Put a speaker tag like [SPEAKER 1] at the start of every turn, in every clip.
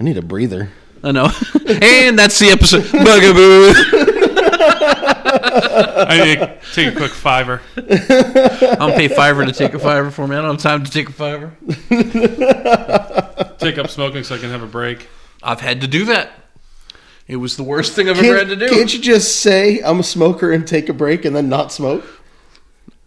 [SPEAKER 1] I need a breather.
[SPEAKER 2] I know. and that's the episode. Bugaboo.
[SPEAKER 3] I need to take a quick fiver.
[SPEAKER 2] I'll pay fiver to take a fiver for me. I don't have time to take a fiver.
[SPEAKER 3] Take up smoking so I can have a break.
[SPEAKER 2] I've had to do that. It was the worst thing I've ever had
[SPEAKER 1] Can't,
[SPEAKER 2] to do.
[SPEAKER 1] can't you just say I'm a smoker and take a break and then not smoke?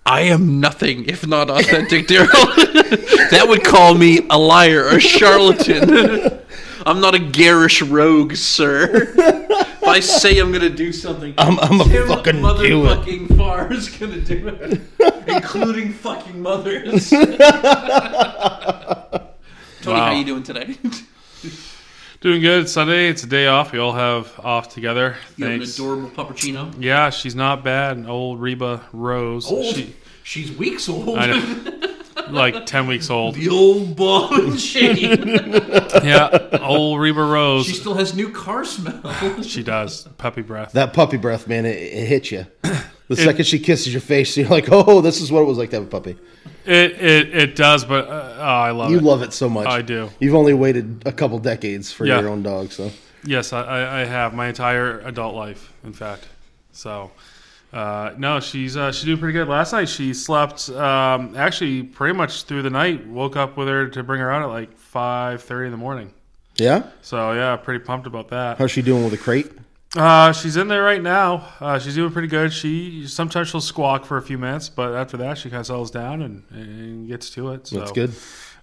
[SPEAKER 2] I am nothing if not authentic, Daryl. that would call me a liar, a charlatan. I'm not a garish rogue, sir. If I say I'm gonna do something,
[SPEAKER 1] I'm, I'm a
[SPEAKER 2] Tim
[SPEAKER 1] fucking do it.
[SPEAKER 2] motherfucking far is gonna do it, including fucking mothers. Tony, how
[SPEAKER 3] Wow.
[SPEAKER 2] you doing today?
[SPEAKER 3] Doing good. It's Sunday. It's a day off. We all have off together.
[SPEAKER 2] you have an
[SPEAKER 3] Thanks.
[SPEAKER 2] adorable puppuccino.
[SPEAKER 3] Yeah, she's not bad. An Old Reba Rose.
[SPEAKER 2] Old.
[SPEAKER 3] She,
[SPEAKER 2] She's weeks old.
[SPEAKER 3] I know. like 10 weeks old.
[SPEAKER 2] The old ball and chain.
[SPEAKER 3] Yeah, old Reba Rose.
[SPEAKER 2] she still has new car smell.
[SPEAKER 3] she does. Puppy breath.
[SPEAKER 1] That puppy breath, man, it, it hits you. The second she kisses your face, you're like, oh, this is what it was like to have a puppy.
[SPEAKER 3] It it, it does, but uh, oh, I love
[SPEAKER 1] You
[SPEAKER 3] it.
[SPEAKER 1] love it so much.
[SPEAKER 3] I do.
[SPEAKER 1] You've only waited a couple decades for
[SPEAKER 3] Yeah.
[SPEAKER 1] your own dog, so
[SPEAKER 3] Yes, I, I, I have my entire adult life, in fact. So, uh, no, she's uh, she's doing pretty good. Last night she slept um, actually pretty much through the night. Woke up with her to bring her out at like five thirty in the morning.
[SPEAKER 1] yeah.
[SPEAKER 3] So yeah, pretty pumped about that.
[SPEAKER 1] How's she doing with a crate?
[SPEAKER 3] Uh, she's in there right now. Uh, she's doing pretty good. She sometimes she'll squawk for a few minutes, but after that she kind of settles down and, and gets to it. So
[SPEAKER 1] That's good.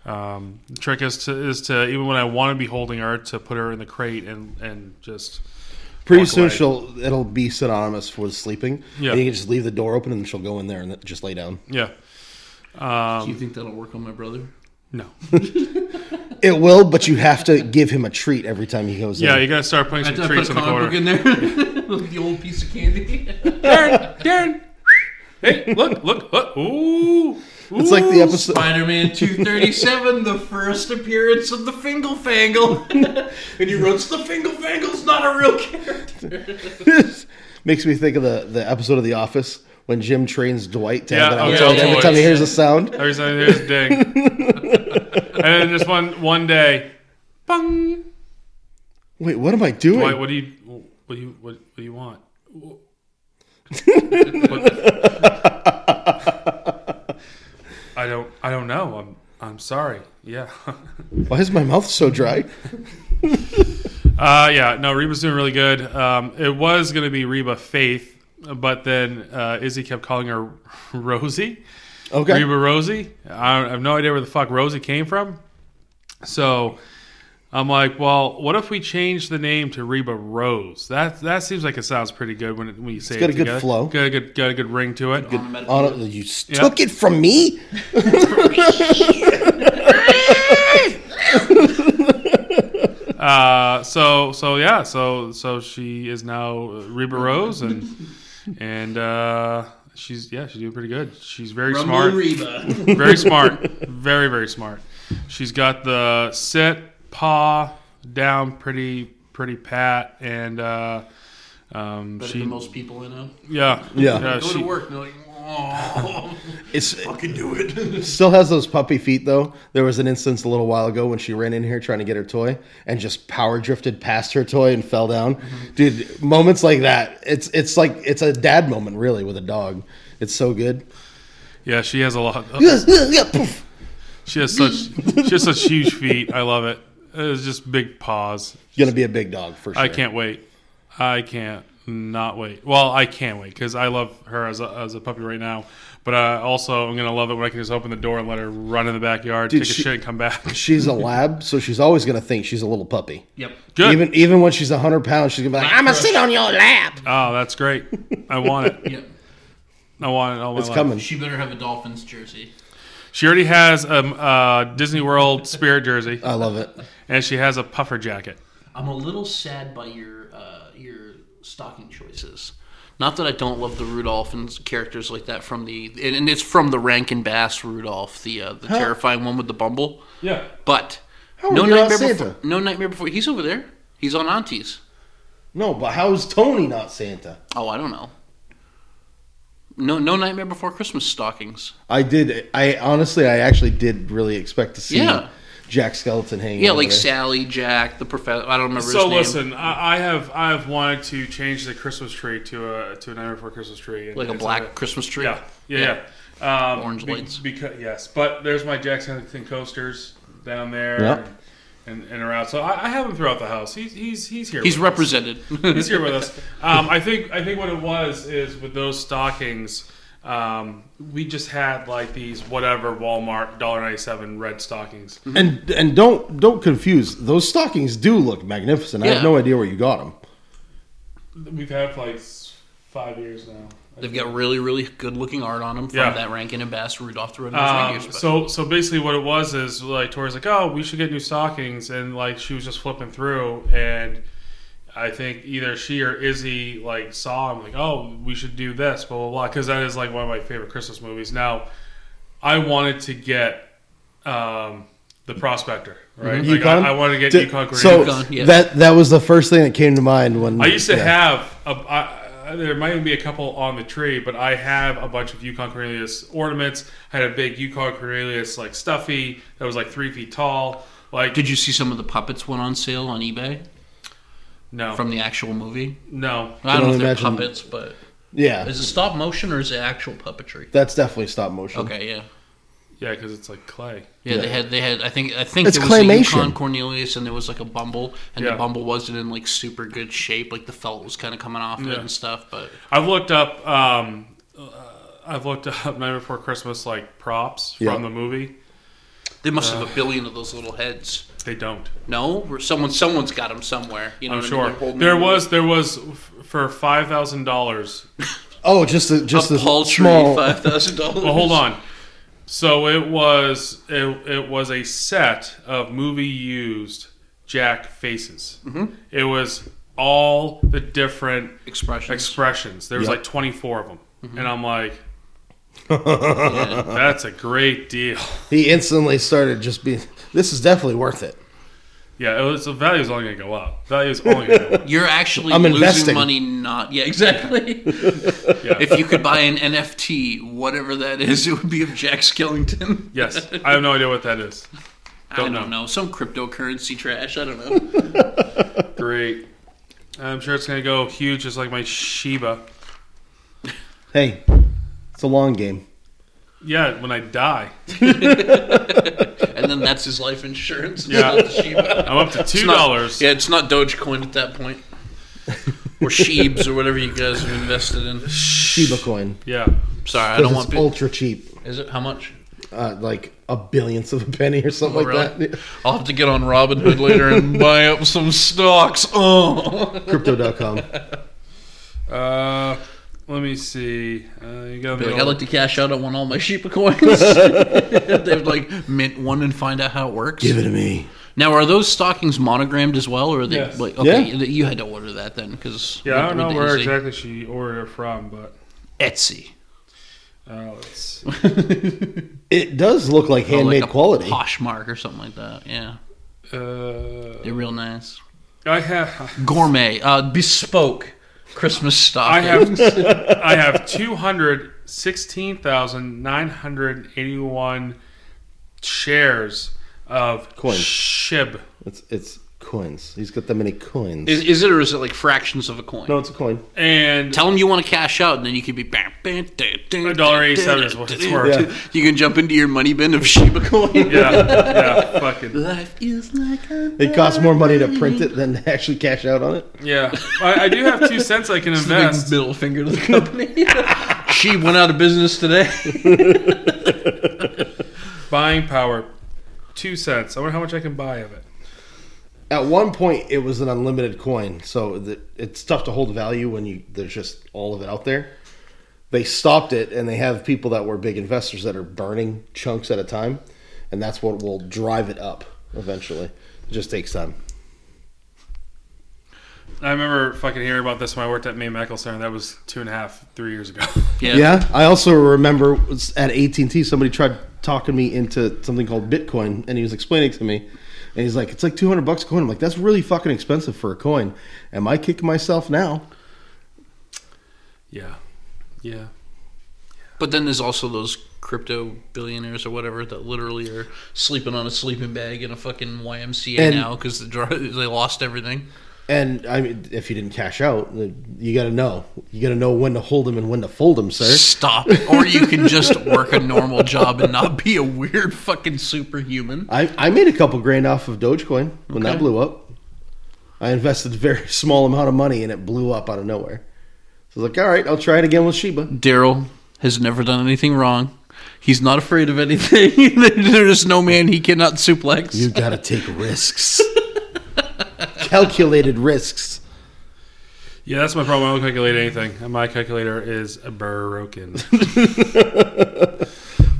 [SPEAKER 3] Um, the trick is to is to even when I want to be holding her to put her in the crate and and just
[SPEAKER 1] Pretty
[SPEAKER 3] walk
[SPEAKER 1] soon
[SPEAKER 3] away.
[SPEAKER 1] she'll it'll be synonymous with sleeping.
[SPEAKER 3] Yeah.
[SPEAKER 1] And you can just leave the door open and she'll go in there and then just lay down.
[SPEAKER 3] yeah.
[SPEAKER 2] Do you think that'll work on my brother?
[SPEAKER 3] No.
[SPEAKER 1] It will, but you have to give him a treat every time he goes
[SPEAKER 3] Yeah,
[SPEAKER 1] in.
[SPEAKER 3] you gotta start putting
[SPEAKER 2] I
[SPEAKER 3] some
[SPEAKER 2] put
[SPEAKER 3] treats
[SPEAKER 2] a
[SPEAKER 3] in the
[SPEAKER 2] comic book
[SPEAKER 3] corner.
[SPEAKER 2] in there. the old piece of candy.
[SPEAKER 3] Darren, Darren. hey, look, look, look. Ooh.
[SPEAKER 1] It's like the episode
[SPEAKER 2] Spider-Man 237, the first appearance of the Fingal Fangle. and he wrote, the Fingal Fangle's not a real character.
[SPEAKER 1] makes me think of the, the episode of The Office when Jim trains Dwight to have
[SPEAKER 3] Yeah,
[SPEAKER 1] an
[SPEAKER 3] okay,
[SPEAKER 1] outside.
[SPEAKER 3] yeah,
[SPEAKER 1] every
[SPEAKER 3] yeah.
[SPEAKER 1] time he hears a sound.
[SPEAKER 3] Every time there's a ding. and then just one one day. Bung.
[SPEAKER 1] Wait, what am I doing?
[SPEAKER 3] Why what do you what do you what, what do you want? I don't I don't know. I'm I'm sorry. Yeah.
[SPEAKER 1] Why is my mouth so dry?
[SPEAKER 3] Uh, yeah, no, Reba's doing really good. Um, it was going to be Reba Faith, but then uh, Izzy kept calling her Rosie.
[SPEAKER 1] Okay.
[SPEAKER 3] Reba Rosie. I, don't- I have no idea where the fuck Rosie came from. So I'm like, well, what if we change the name to Reba Rose? That that seems like it sounds pretty good when, it, when you say
[SPEAKER 1] got
[SPEAKER 3] it
[SPEAKER 1] a good
[SPEAKER 3] together.
[SPEAKER 1] flow.
[SPEAKER 3] Got a good got a good ring to it.
[SPEAKER 1] On it, you s- took it from me.
[SPEAKER 3] Uh, so so yeah, so so she is now uh, Reba Rose and and uh, she's yeah, she's doing pretty good. She's very smart.
[SPEAKER 2] Rumble Reba.
[SPEAKER 3] Very smart. Very, very smart. She's got the sit, paw down pretty, pretty pat. And uh, um,
[SPEAKER 2] Better
[SPEAKER 3] she,
[SPEAKER 2] than most people I know.
[SPEAKER 3] yeah.
[SPEAKER 1] Yeah.
[SPEAKER 2] Go
[SPEAKER 3] she,
[SPEAKER 2] to work and they're like, oh,
[SPEAKER 1] It's,
[SPEAKER 2] fucking do
[SPEAKER 1] it
[SPEAKER 2] it.
[SPEAKER 1] still has those puppy feet though. There was an instance a little while ago when she ran in here trying to get her toy and just power drifted past her toy and fell down. Dude, moments like that. It's it's like it's a dad moment really with a dog. It's so good.
[SPEAKER 3] yeah, she has a lot.
[SPEAKER 1] Yeah, poof.
[SPEAKER 3] She has such, she has such huge feet. I love it. It's just big paws.
[SPEAKER 1] Gonna be a big dog for sure.
[SPEAKER 3] I can't wait. I can't not wait. Well, I can't wait because I love her as a, as a puppy right now. But uh, also, I'm gonna love it when I can just open the door and let her run in the backyard, take a
[SPEAKER 1] she-
[SPEAKER 3] shit, and come back.
[SPEAKER 1] She's a lab, so she's always gonna think she's a little puppy.
[SPEAKER 2] Yep.
[SPEAKER 3] Good.
[SPEAKER 1] Even even when she's hundred pounds, she's gonna be like, "I'm gonna sit on your lap."
[SPEAKER 3] Oh, that's great. I want it.
[SPEAKER 2] Yep.
[SPEAKER 3] I want it all my
[SPEAKER 1] It's
[SPEAKER 3] life.
[SPEAKER 1] coming.
[SPEAKER 2] She better have a Dolphins jersey.
[SPEAKER 3] She already has a um, uh, Disney World Spirit jersey,
[SPEAKER 1] I love it.
[SPEAKER 3] and she has a puffer jacket.
[SPEAKER 2] I'm a little sad by your uh, your stocking choices. Not that I don't love the Rudolph and characters like that from the and, and it's from the Rankin Bass Rudolph, the uh, the terrifying one with the bumble.
[SPEAKER 3] Yeah.
[SPEAKER 2] But
[SPEAKER 1] are
[SPEAKER 2] no
[SPEAKER 1] you not
[SPEAKER 2] nightmare
[SPEAKER 1] Santa?
[SPEAKER 2] before. No nightmare before. He's over there. He's on Auntie's.
[SPEAKER 1] No, but how is Tony not Santa?
[SPEAKER 2] Oh, I don't know. No, no nightmare before Christmas stockings.
[SPEAKER 1] I did. I honestly, I actually did really expect to see
[SPEAKER 2] Yeah.
[SPEAKER 1] Jack Skeleton hanging.
[SPEAKER 2] Yeah,
[SPEAKER 1] over
[SPEAKER 2] like
[SPEAKER 1] there.
[SPEAKER 2] Sally, Jack, the professor. I don't remember his
[SPEAKER 3] So
[SPEAKER 2] name.
[SPEAKER 3] listen, I, I have I have wanted to change the Christmas tree to a to a Nightmare Before Christmas tree, and
[SPEAKER 2] like a
[SPEAKER 3] it's
[SPEAKER 2] black Christmas tree.
[SPEAKER 3] yeah, yeah, yeah. Um,
[SPEAKER 2] Orange lights.
[SPEAKER 3] Because yes, but there's my Jack Skellington coasters down there
[SPEAKER 1] Yep.
[SPEAKER 3] and, and, and around. So I, I have him throughout the house. He's he's he's here.
[SPEAKER 2] He's
[SPEAKER 3] with us.
[SPEAKER 2] represented.
[SPEAKER 3] He's here with us. Um, I think I think what it was is with those stockings, um, we just had like these whatever Walmart dollar ninety seven red stockings.
[SPEAKER 1] And and don't don't confuse those stockings. Do look magnificent. I
[SPEAKER 2] Yeah.
[SPEAKER 1] have no idea where you got them.
[SPEAKER 3] We've had for like s- five years now.
[SPEAKER 2] They've got really, really good looking art on them from
[SPEAKER 3] Yeah.
[SPEAKER 2] that Rankin and Bass Rudolph the Red
[SPEAKER 3] Um,
[SPEAKER 2] Reindeer special.
[SPEAKER 3] so so basically, what it was is like Tori's like, oh, we should get new stockings, and like she was just flipping through, and I think either she or Izzy like saw him like, oh, we should do this, blah blah blah, because that is like one of my favorite Christmas movies. Now, I wanted to get um, the Prospector, right? Like,
[SPEAKER 1] Yukon?
[SPEAKER 3] I, I wanted to get
[SPEAKER 1] Di-
[SPEAKER 3] Yukon Green.
[SPEAKER 1] so
[SPEAKER 2] Yukon, yeah.
[SPEAKER 1] that that was the first thing that came to mind when
[SPEAKER 3] I used to
[SPEAKER 1] Mm, yeah.
[SPEAKER 3] have a. I, I- there might even be a couple on the tree, but I have a bunch of Yukon Cornelius ornaments. I had a big Yukon Cornelius like stuffy that was like three feet tall. Like
[SPEAKER 2] Did you see some of the puppets went on sale on eBay
[SPEAKER 3] no,
[SPEAKER 2] from the actual movie?
[SPEAKER 3] no,
[SPEAKER 2] I don't
[SPEAKER 1] only
[SPEAKER 2] know if they're
[SPEAKER 1] imagine-
[SPEAKER 2] puppets, but
[SPEAKER 1] yeah.
[SPEAKER 2] is it stop motion or is it actual puppetry?
[SPEAKER 1] That's definitely stop motion.
[SPEAKER 2] Okay, yeah.
[SPEAKER 3] yeah, because it's like clay.
[SPEAKER 2] Yeah, they
[SPEAKER 1] Yeah.
[SPEAKER 2] had they had. I think I think
[SPEAKER 1] It's
[SPEAKER 2] there was a
[SPEAKER 1] claymation.
[SPEAKER 2] Yukon Cornelius, and there was like a Bumble, and
[SPEAKER 3] Yeah.
[SPEAKER 2] the Bumble wasn't in like super good shape. Like the felt was kind of coming off it
[SPEAKER 3] Yeah.
[SPEAKER 2] and stuff. But
[SPEAKER 3] I've looked up. Um, uh, I've looked up Night Before Christmas like props
[SPEAKER 1] Yeah.
[SPEAKER 3] from the movie.
[SPEAKER 2] they must
[SPEAKER 3] Uh.
[SPEAKER 2] have a billion of those little heads.
[SPEAKER 3] They don't.
[SPEAKER 2] No, or someone someone's got them somewhere. You know, what I
[SPEAKER 3] I'm
[SPEAKER 2] mean?
[SPEAKER 3] sure
[SPEAKER 2] They're holding
[SPEAKER 3] there
[SPEAKER 2] them.
[SPEAKER 3] was there was f- for five thousand dollars
[SPEAKER 1] Oh, just the,
[SPEAKER 2] a
[SPEAKER 1] just the
[SPEAKER 2] paltry
[SPEAKER 1] small.
[SPEAKER 2] five thousand dollars.
[SPEAKER 3] Well, hold on. So it was it, it was a set of movie used Jack faces. Mm-hmm. It was all the different
[SPEAKER 2] Expressions. Mm-hmm.
[SPEAKER 3] expressions. There was
[SPEAKER 1] Yeah.
[SPEAKER 3] like 24 of them, and I'm like,
[SPEAKER 2] yeah.
[SPEAKER 3] that's a great deal.
[SPEAKER 1] He instantly started just being. This is definitely worth it.
[SPEAKER 3] Yeah, it was the value is only gonna go up. Value is only gonna go up.
[SPEAKER 2] You're actually
[SPEAKER 1] I'm
[SPEAKER 2] losing
[SPEAKER 1] investing.
[SPEAKER 2] money. Not yeah, exactly.
[SPEAKER 3] Yeah.
[SPEAKER 2] If you could buy an NFT, whatever that is, it would be of Jack Skellington.
[SPEAKER 3] Yes, I have no idea what that is. Don't
[SPEAKER 2] I don't
[SPEAKER 3] know.
[SPEAKER 2] know. Some cryptocurrency trash. I don't know.
[SPEAKER 3] Great. I'm sure it's gonna go huge, just like my Shiba.
[SPEAKER 1] Hey, it's a long game.
[SPEAKER 3] Yeah, when I die,
[SPEAKER 2] and then that's his life insurance. It's
[SPEAKER 3] Yeah.
[SPEAKER 2] not the Shiba.
[SPEAKER 3] I'm up to
[SPEAKER 2] It's
[SPEAKER 3] two
[SPEAKER 2] not-
[SPEAKER 3] dollars.
[SPEAKER 2] Yeah, it's not Dogecoin at that point. Or Sheebs or whatever you guys have invested in.
[SPEAKER 1] Shiba coin.
[SPEAKER 3] Yeah.
[SPEAKER 2] Sorry, I
[SPEAKER 1] Because
[SPEAKER 2] don't
[SPEAKER 1] it's
[SPEAKER 2] want. Be-
[SPEAKER 1] ultra cheap,
[SPEAKER 2] is it how much?
[SPEAKER 1] uh, like a billionth of a penny or something
[SPEAKER 2] Oh,
[SPEAKER 1] like
[SPEAKER 2] really?
[SPEAKER 1] that.
[SPEAKER 2] I'll have to get on Robinhood later and buy up some stocks. Oh,
[SPEAKER 1] Crypto.com.
[SPEAKER 3] Uh, let me see. Uh, you got me.
[SPEAKER 2] like,
[SPEAKER 3] all-
[SPEAKER 2] I'd like to cash out on all my Shiba coins. They'd like mint one and find out how it works.
[SPEAKER 1] Give it to me.
[SPEAKER 2] Now, are those stockings monogrammed as well, or are they
[SPEAKER 3] Yes.
[SPEAKER 2] like okay?
[SPEAKER 1] Yeah.
[SPEAKER 2] You had to order that then, because
[SPEAKER 3] Yeah, I don't know where exactly she ordered it from, but
[SPEAKER 2] Etsy.
[SPEAKER 3] uh, let's.
[SPEAKER 1] It does look like
[SPEAKER 2] Or
[SPEAKER 1] handmade
[SPEAKER 2] Oh, like a
[SPEAKER 1] quality.
[SPEAKER 2] Poshmark or something like that. Yeah,
[SPEAKER 3] Uh,
[SPEAKER 2] they're real nice.
[SPEAKER 3] I have,
[SPEAKER 2] Gourmet, uh, bespoke Christmas
[SPEAKER 3] I
[SPEAKER 2] stockings.
[SPEAKER 3] have, I have two hundred sixteen thousand nine hundred eighty-one shares of
[SPEAKER 1] Coins.
[SPEAKER 3] Shib.
[SPEAKER 1] It's it's coins. He's got that many coins.
[SPEAKER 2] Is, is it or is it like fractions of a coin?
[SPEAKER 1] no, it's a coin.
[SPEAKER 3] And
[SPEAKER 2] Tell them you want to cash out, and then you can be bam, bam, dun, dun,
[SPEAKER 3] a dollar eighty-seven is what it's worth.
[SPEAKER 1] Yeah.
[SPEAKER 2] You can jump into your money bin of Shiba coin.
[SPEAKER 3] Yeah, yeah, fucking.
[SPEAKER 2] Life is like a
[SPEAKER 1] It costs more money to print it than to actually cash out on it.
[SPEAKER 3] Yeah, I, I do have two cents I can
[SPEAKER 2] big
[SPEAKER 3] invest.
[SPEAKER 2] middle finger to the company. she went out of business today.
[SPEAKER 3] Buying power, two cents. I wonder how much I can buy of it.
[SPEAKER 1] At one point, it was an unlimited coin, so that it's tough to hold value when you there's just all of it out there. They stopped it, and they have people that were big investors that are burning chunks at a time, and that's what will drive it up eventually. It just takes time.
[SPEAKER 3] I remember fucking hearing about this when I worked at May Medical Center. That was two and a half, three years ago.
[SPEAKER 2] Yeah.
[SPEAKER 1] Yeah, I also remember was at AT and T, somebody tried talking me into something called Bitcoin, and he was explaining it to me, and he's like, "It's like two hundred bucks a coin." I'm like, "That's really fucking expensive for a coin." Am I kicking myself now?
[SPEAKER 3] Yeah. Yeah.
[SPEAKER 2] But then there's also those crypto billionaires or whatever that literally are sleeping on a sleeping bag in a fucking YMCA
[SPEAKER 1] And-
[SPEAKER 2] now because the dr- they lost everything.
[SPEAKER 1] And I mean, if you didn't cash out, you got to know. You got to know when to hold them and when to fold them, sir.
[SPEAKER 2] Stop. Or you can just work a normal job and not be a weird fucking superhuman.
[SPEAKER 1] I, I made a couple grand off of Dogecoin when that
[SPEAKER 2] Okay.
[SPEAKER 1] blew up. I invested a very small amount of money and it blew up out of nowhere. So I was like, all right, I'll try it again with Shiba.
[SPEAKER 2] Daryl has never done anything wrong. He's not afraid of anything. there is no man he cannot suplex.
[SPEAKER 1] You got to take risks. Calculated risks.
[SPEAKER 3] Yeah, that's my problem. I don't calculate anything. And My calculator is broken.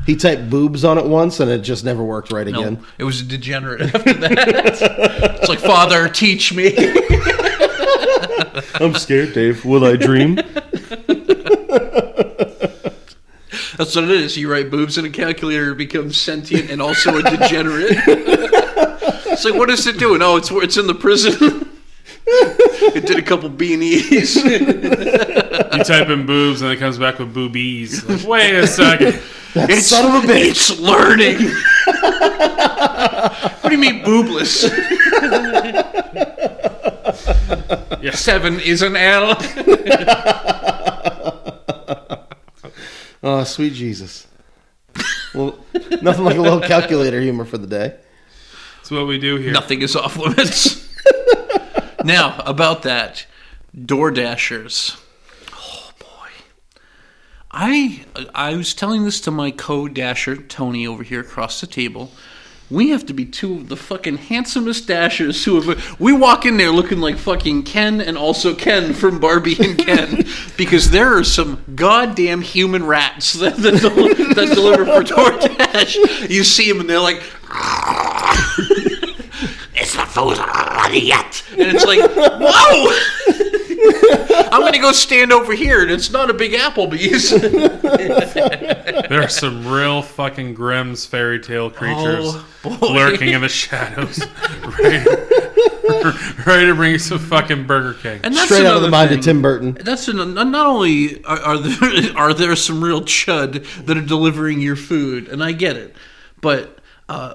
[SPEAKER 1] He typed boobs on it once and it just never worked right
[SPEAKER 2] No,
[SPEAKER 1] again.
[SPEAKER 2] it was a degenerate after that. it's like, Father, teach me.
[SPEAKER 1] I'm scared, Dave. Will I dream?
[SPEAKER 2] That's what it is. You write boobs in a calculator, it becomes sentient and also a degenerate. it's like, what is it doing? Oh, it's it's in the prison. it did a couple beanies.
[SPEAKER 3] You type in boobs and it comes back with boobies. Like, Wait a second.
[SPEAKER 2] it's,
[SPEAKER 1] son of a bitch.
[SPEAKER 2] It's learning. what do you mean boobless? Seven is an L.
[SPEAKER 1] Oh, sweet Jesus. Well, nothing like a little calculator humor for the day.
[SPEAKER 3] That's what we do here.
[SPEAKER 2] Nothing is off limits. now, about that, DoorDashers. Oh boy. I I was telling this to my co-dasher Tony over here across the table. We have to be two of the fucking handsomest dashers who have. We walk in there looking like fucking Ken and also Ken from Barbie and Ken because there are some goddamn human rats that, that, del- that deliver for DoorDash. You see them and they're like, it's not food yet. And it's like, whoa! I'm gonna go stand over here, and it's not a Big Applebee's.
[SPEAKER 3] There are some real fucking Grimm's fairy tale creatures
[SPEAKER 2] Oh, boy.
[SPEAKER 3] lurking in the shadows. ready, ready to bring you some fucking Burger King.
[SPEAKER 2] And that's
[SPEAKER 1] Straight out of the
[SPEAKER 2] another
[SPEAKER 1] mind of
[SPEAKER 2] thing.
[SPEAKER 1] Tim Burton.
[SPEAKER 2] That's an, not only are, are there are there some real chud that are delivering your food, and I get it, but uh,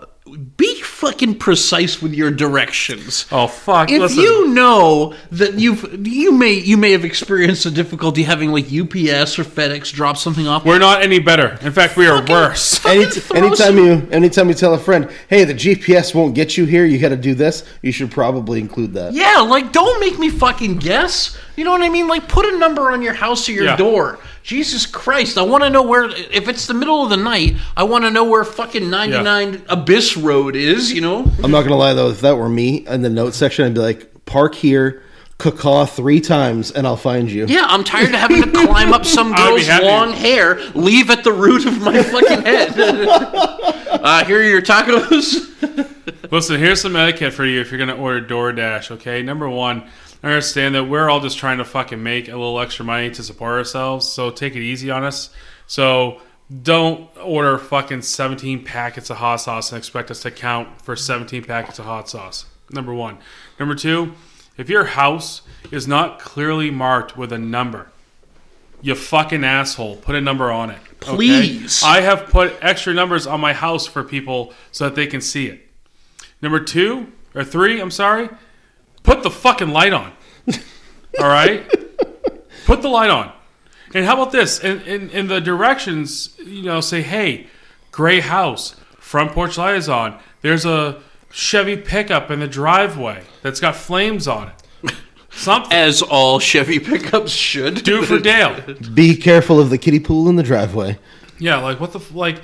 [SPEAKER 2] be fucking precise with your directions.
[SPEAKER 3] oh fuck!
[SPEAKER 2] if
[SPEAKER 3] listen,
[SPEAKER 2] you know that you've you may you may have experienced a difficulty having like UPS or FedEx drop something off,
[SPEAKER 3] we're not any better. In fact, we are worse.
[SPEAKER 2] Fucking
[SPEAKER 1] Any-
[SPEAKER 2] throw
[SPEAKER 1] anytime
[SPEAKER 2] some-
[SPEAKER 1] you anytime you tell a friend, hey, the GPS won't get you here, you got to do this. You should probably include that.
[SPEAKER 2] Yeah, like don't make me fucking guess. You know what I mean? Like put a number on your house or your
[SPEAKER 3] Yeah.
[SPEAKER 2] door. Jesus Christ, I want to know where. If it's the middle of the night, I want to know where fucking ninety nine Abyss Road is. You know?
[SPEAKER 1] I'm not gonna lie though, if that were me in the notes section, I'd be like, park here, caw three times, and I'll find you.
[SPEAKER 2] Yeah, I'm tired of having to climb up some
[SPEAKER 3] I'd be
[SPEAKER 2] girl's
[SPEAKER 3] happy.
[SPEAKER 2] long hair, leave at the root of my fucking head. uh, here are your tacos.
[SPEAKER 3] Listen, here's some etiquette for you if you're gonna order DoorDash. Okay, number one, understand that we're all just trying to fucking make a little extra money to support ourselves. So take it easy on us. So don't order fucking 17 packets of hot sauce and expect us to count for 17 packets of hot sauce. Number one. Number two, if your house is not clearly marked with a number, you fucking asshole, put a number on it. okay?
[SPEAKER 2] Please.
[SPEAKER 3] I have put extra numbers on my house for people so that they can see it. Number two or three, I'm sorry, put the fucking light on. All right, put the light on. And how about this? In, in in the directions, you know, say, hey, gray house, front porch light is on. There's a Chevy pickup in the driveway that's got flames on it. Something.
[SPEAKER 2] As all Chevy pickups should.
[SPEAKER 3] Do for Dale.
[SPEAKER 1] Be careful of the kiddie pool in the driveway.
[SPEAKER 3] Yeah, like what the f- like.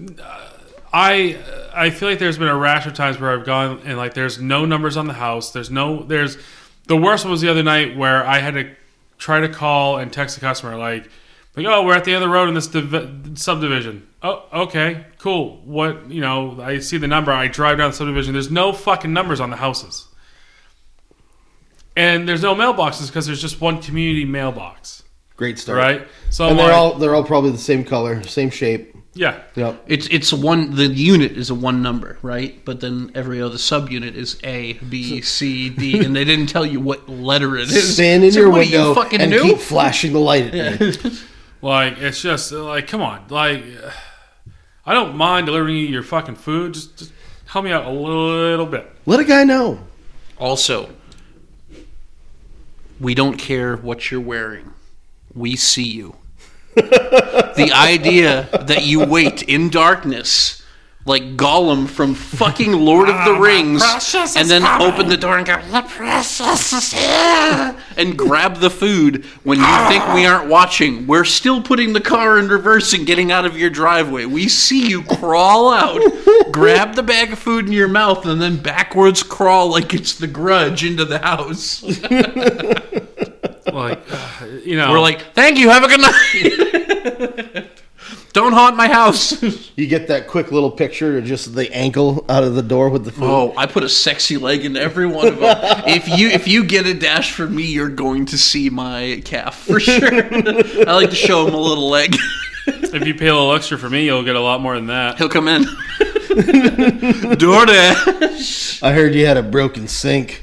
[SPEAKER 3] uh, I I feel like there's been a rash of times where I've gone and like there's no numbers on the house. There's no there's the worst one was the other night where I had to try to call and text a customer like like oh we're at the other road in this div- subdivision. Oh okay cool. What you know I see the number. I drive down the subdivision. There's no fucking numbers on the houses. And there's no mailboxes because there's just one community mailbox,
[SPEAKER 1] Great start.
[SPEAKER 3] right? So
[SPEAKER 1] And
[SPEAKER 3] I'm
[SPEAKER 1] they're
[SPEAKER 3] like,
[SPEAKER 1] all they're all probably the same color, same shape.
[SPEAKER 3] yeah,
[SPEAKER 1] Yep.
[SPEAKER 2] It's it's one. The unit is a one number, right? But then every other subunit is A, B, C, D, and they didn't tell you what letter it is.
[SPEAKER 1] Stand in
[SPEAKER 2] It's like,
[SPEAKER 1] your
[SPEAKER 2] what do you
[SPEAKER 1] window
[SPEAKER 2] fucking
[SPEAKER 1] and
[SPEAKER 2] do?
[SPEAKER 1] keep flashing the light at me.
[SPEAKER 3] Like it's just like come on, like I don't mind delivering you your fucking food. Just, just help me out a little bit.
[SPEAKER 1] Let a guy know.
[SPEAKER 2] Also, we don't care what you're wearing. We see you. the idea that you wait in darkness like Gollum from fucking Lord of the Rings and then open the door and go, The princess is here," and grab the food when you think we aren't watching. We're still putting the car in reverse and getting out of your driveway. We see you crawl out, grab the bag of food in your mouth, and then backwards crawl like it's the grudge into the house.
[SPEAKER 3] Like you know,
[SPEAKER 2] We're like, Thank you, have a good night. Don't haunt my house.
[SPEAKER 1] You get that quick little picture of just the ankle out of the door with the food.
[SPEAKER 2] Oh, I put a sexy leg in every one of them. if you if you get a dash from me, you're going to see my calf for sure. I like to show him a little leg.
[SPEAKER 3] if you pay a little extra for me, you'll get a lot more than that.
[SPEAKER 2] He'll come in. DoorDash.
[SPEAKER 1] I heard you had a broken sink.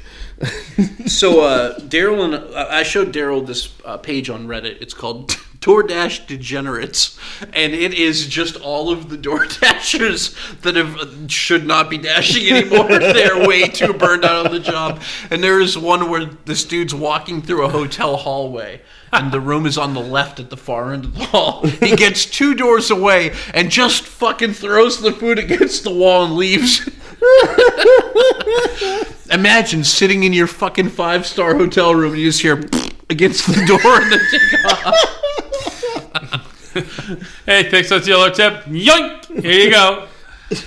[SPEAKER 2] So uh, Daryl and I I showed Daryl this uh, page on Reddit. It's called DoorDash Degenerates, and it is just all of the DoorDashers that have should not be dashing anymore. They're way too burned out on the job. And there is one where this dude's walking through a hotel hallway. And the room is on the left at the far end of the hall. He gets two doors away and just fucking throws the food against the wall and leaves. Imagine sitting in your fucking five star hotel room and you just hear against the door and then take off.
[SPEAKER 3] Hey, thanks for the yellow tip. Yoink! Here you go.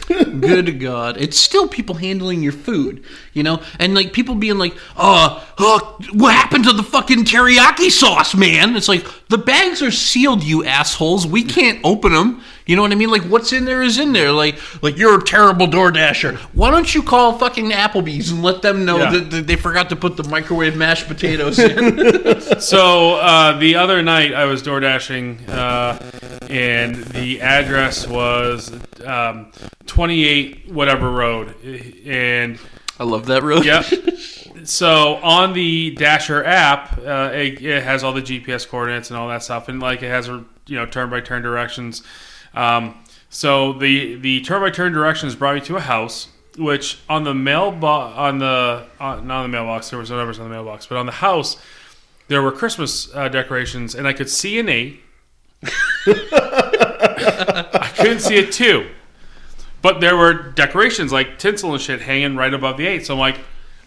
[SPEAKER 2] Good God. It's still people handling your food, you know? And like people being like, uh, uh, what happened to the fucking teriyaki sauce, man? It's like, the bags are sealed, you assholes. We can't open them. You know what I mean? Like, what's in there is in there. Like, like you're a terrible DoorDasher. Why don't you call fucking Applebee's and let them know
[SPEAKER 3] Yeah.
[SPEAKER 2] that, that they forgot to put the microwave mashed potatoes in?
[SPEAKER 3] So uh, the other night I was door dashing, uh, and the address was um, 28 whatever road, and
[SPEAKER 2] I love that road.
[SPEAKER 3] yep. So on the Dasher app, uh, it, it has all the GPS coordinates and all that stuff, and like it has you know turn by turn directions. Um, so the the turn by turn directions brought me to a house, which on the mailbox on the uh, not on the mailbox there was no numbers on the mailbox, but on the house there were Christmas uh, decorations, and I could see an eight. I couldn't see a two. But there were decorations like tinsel and shit hanging right above the eight. So I'm like,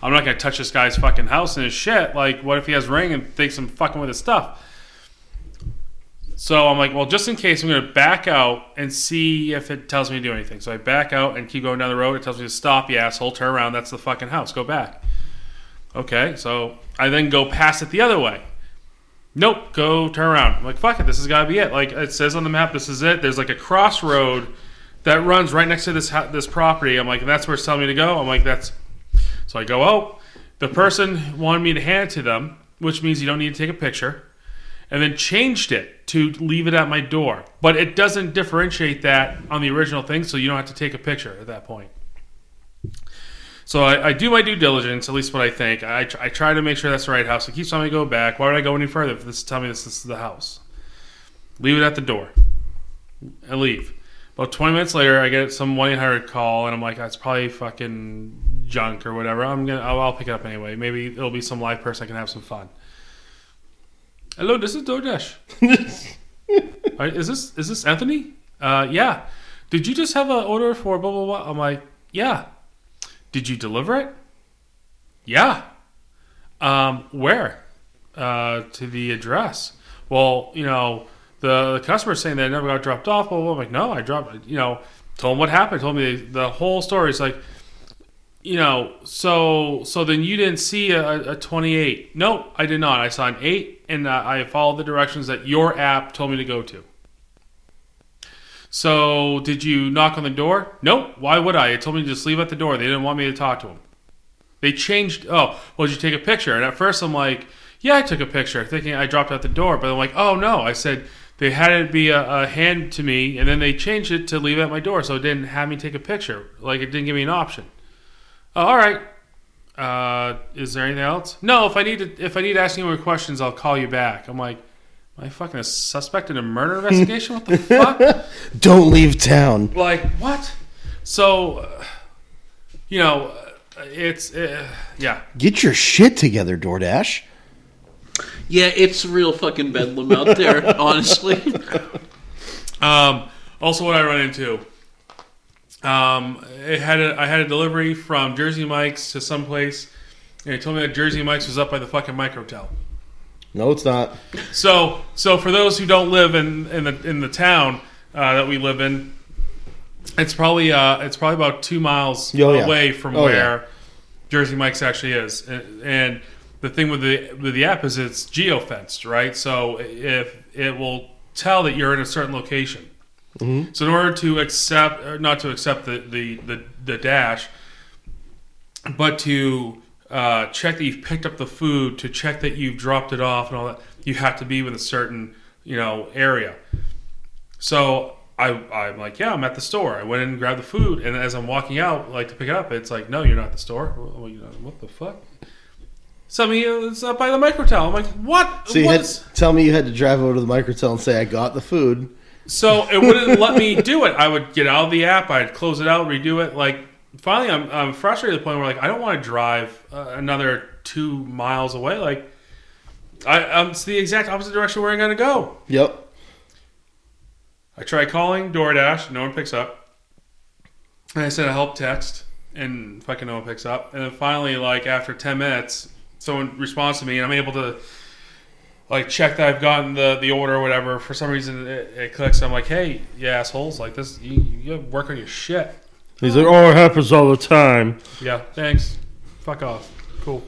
[SPEAKER 3] I'm not gonna touch this guy's fucking house and his shit. Like, what if he has a ring and thinks I'm fucking with his stuff? So I'm like, well, just in case, I'm gonna back out and see if it tells me to do anything. So I back out and keep going down the road. It tells me to stop, you asshole. Turn around. That's the fucking house. Go back. Okay. So I then go past it the other way. Nope. Go turn around. I'm like, fuck it. This has gotta be it. Like it says on the map, this is it. There's like a crossroad that runs right next to this ho this property. I'm like, that's where it's telling me to go. I'm like, that's so I go, oh, the person wanted me to hand it to them, which means you don't need to take a picture, and then changed it to leave it at my door. But it doesn't differentiate that on the original thing, so you don't have to take a picture at that point. So I, I do my due diligence, at least what I think. I, tr- I try to make sure that's the right house. It keeps telling me to go back. Why would I go any further if this is telling me this, this is the house? Leave it at the door. I leave. About 20 minutes later, I get some 1 800 call, and I'm like, that's probably fucking junk or whatever. I'm gonna, I'll, I'll pick it up anyway. Maybe it'll be some live person. I can have some fun. Hello, this is DoorDash. All right, is this is this Anthony? Uh, yeah. Did you just have an order for blah blah blah? I'm like, yeah. Did you deliver it? Yeah. Um, where? Uh, to the address. Well, you know, the, the customer's saying that it never got dropped off. Blah, blah, blah. I'm like, no, I dropped it. You know, told him what happened. Told me the, the whole story. It's like, you know, so so then you didn't see a, a 28. No, I did not. I saw an 8, and uh, I I followed the directions that your app told me to go to. So did you knock on the door? Nope. Why would I? It told me to just leave at the door. They didn't want me to talk to them. They changed. Oh, well, did you take a picture? And at first, I'm like, yeah, I took a picture, thinking I dropped out the door. But I'm like, oh no, I said they had it be a, a hand to me, and then they changed it to leave at my door, so it didn't have me take a picture. Like it didn't give me an option. Oh, all right. Uh, is there anything else? No. If I need to, if I need to ask any more questions, I'll call you back. I'm like, Am I fucking a suspect in a murder investigation? What the fuck?
[SPEAKER 1] Don't leave town.
[SPEAKER 3] Like what? So, uh, you know, uh, it's uh, yeah.
[SPEAKER 1] Get your shit together, DoorDash.
[SPEAKER 2] Yeah, it's real fucking bedlam out there, honestly.
[SPEAKER 3] Um, also, what I run into, um, it had a, I had a delivery from Jersey Mike's to someplace, and it told me that Jersey Mike's was up by the fucking Microtel.
[SPEAKER 1] No, it's not.
[SPEAKER 3] So, so for those who don't live in in the in the town uh, that we live in, it's probably uh, it's probably about two miles
[SPEAKER 1] Oh, yeah.
[SPEAKER 3] away from
[SPEAKER 1] Oh, yeah.
[SPEAKER 3] where Jersey Mike's actually is. And, and the thing with the with the app is it's geo fenced, right? So if it will tell that you're in a certain location.
[SPEAKER 1] Mm-hmm.
[SPEAKER 3] So in order to accept, or not to accept the the the, the dash, but to uh, check that you've picked up the food, to check that you've dropped it off, and all that, you have to be within a certain you know area. So I I'm like, yeah, I'm at the store. I went in and grabbed the food, and as I'm walking out, like to pick it up, it's like, no, you're not at the store. Well, you know, what the fuck? Somebody it's up by the microtel. I'm like, what?
[SPEAKER 1] So you
[SPEAKER 3] What
[SPEAKER 1] had,
[SPEAKER 3] is-
[SPEAKER 1] tell me you had to drive over to the microtel and say I got the food.
[SPEAKER 3] So it wouldn't let me do it. I would get out of the app. I'd close it out, redo it. Like finally, I'm, I'm frustrated to the point where like I don't want to drive uh, another two miles away. Like I, I'm it's the exact opposite direction where I'm gonna go.
[SPEAKER 1] Yep.
[SPEAKER 3] I try calling DoorDash. No one picks up. And I sent a help text, and fucking no one picks up. And then finally, like after ten minutes, someone responds to me, and I'm able to like check that I've gotten the the order or whatever. For some reason, it, it clicks. I'm like, hey, you assholes, like this, you, you gotta work on your shit.
[SPEAKER 1] He's like, oh, it happens all the time.
[SPEAKER 3] Yeah, thanks. Fuck off. Cool.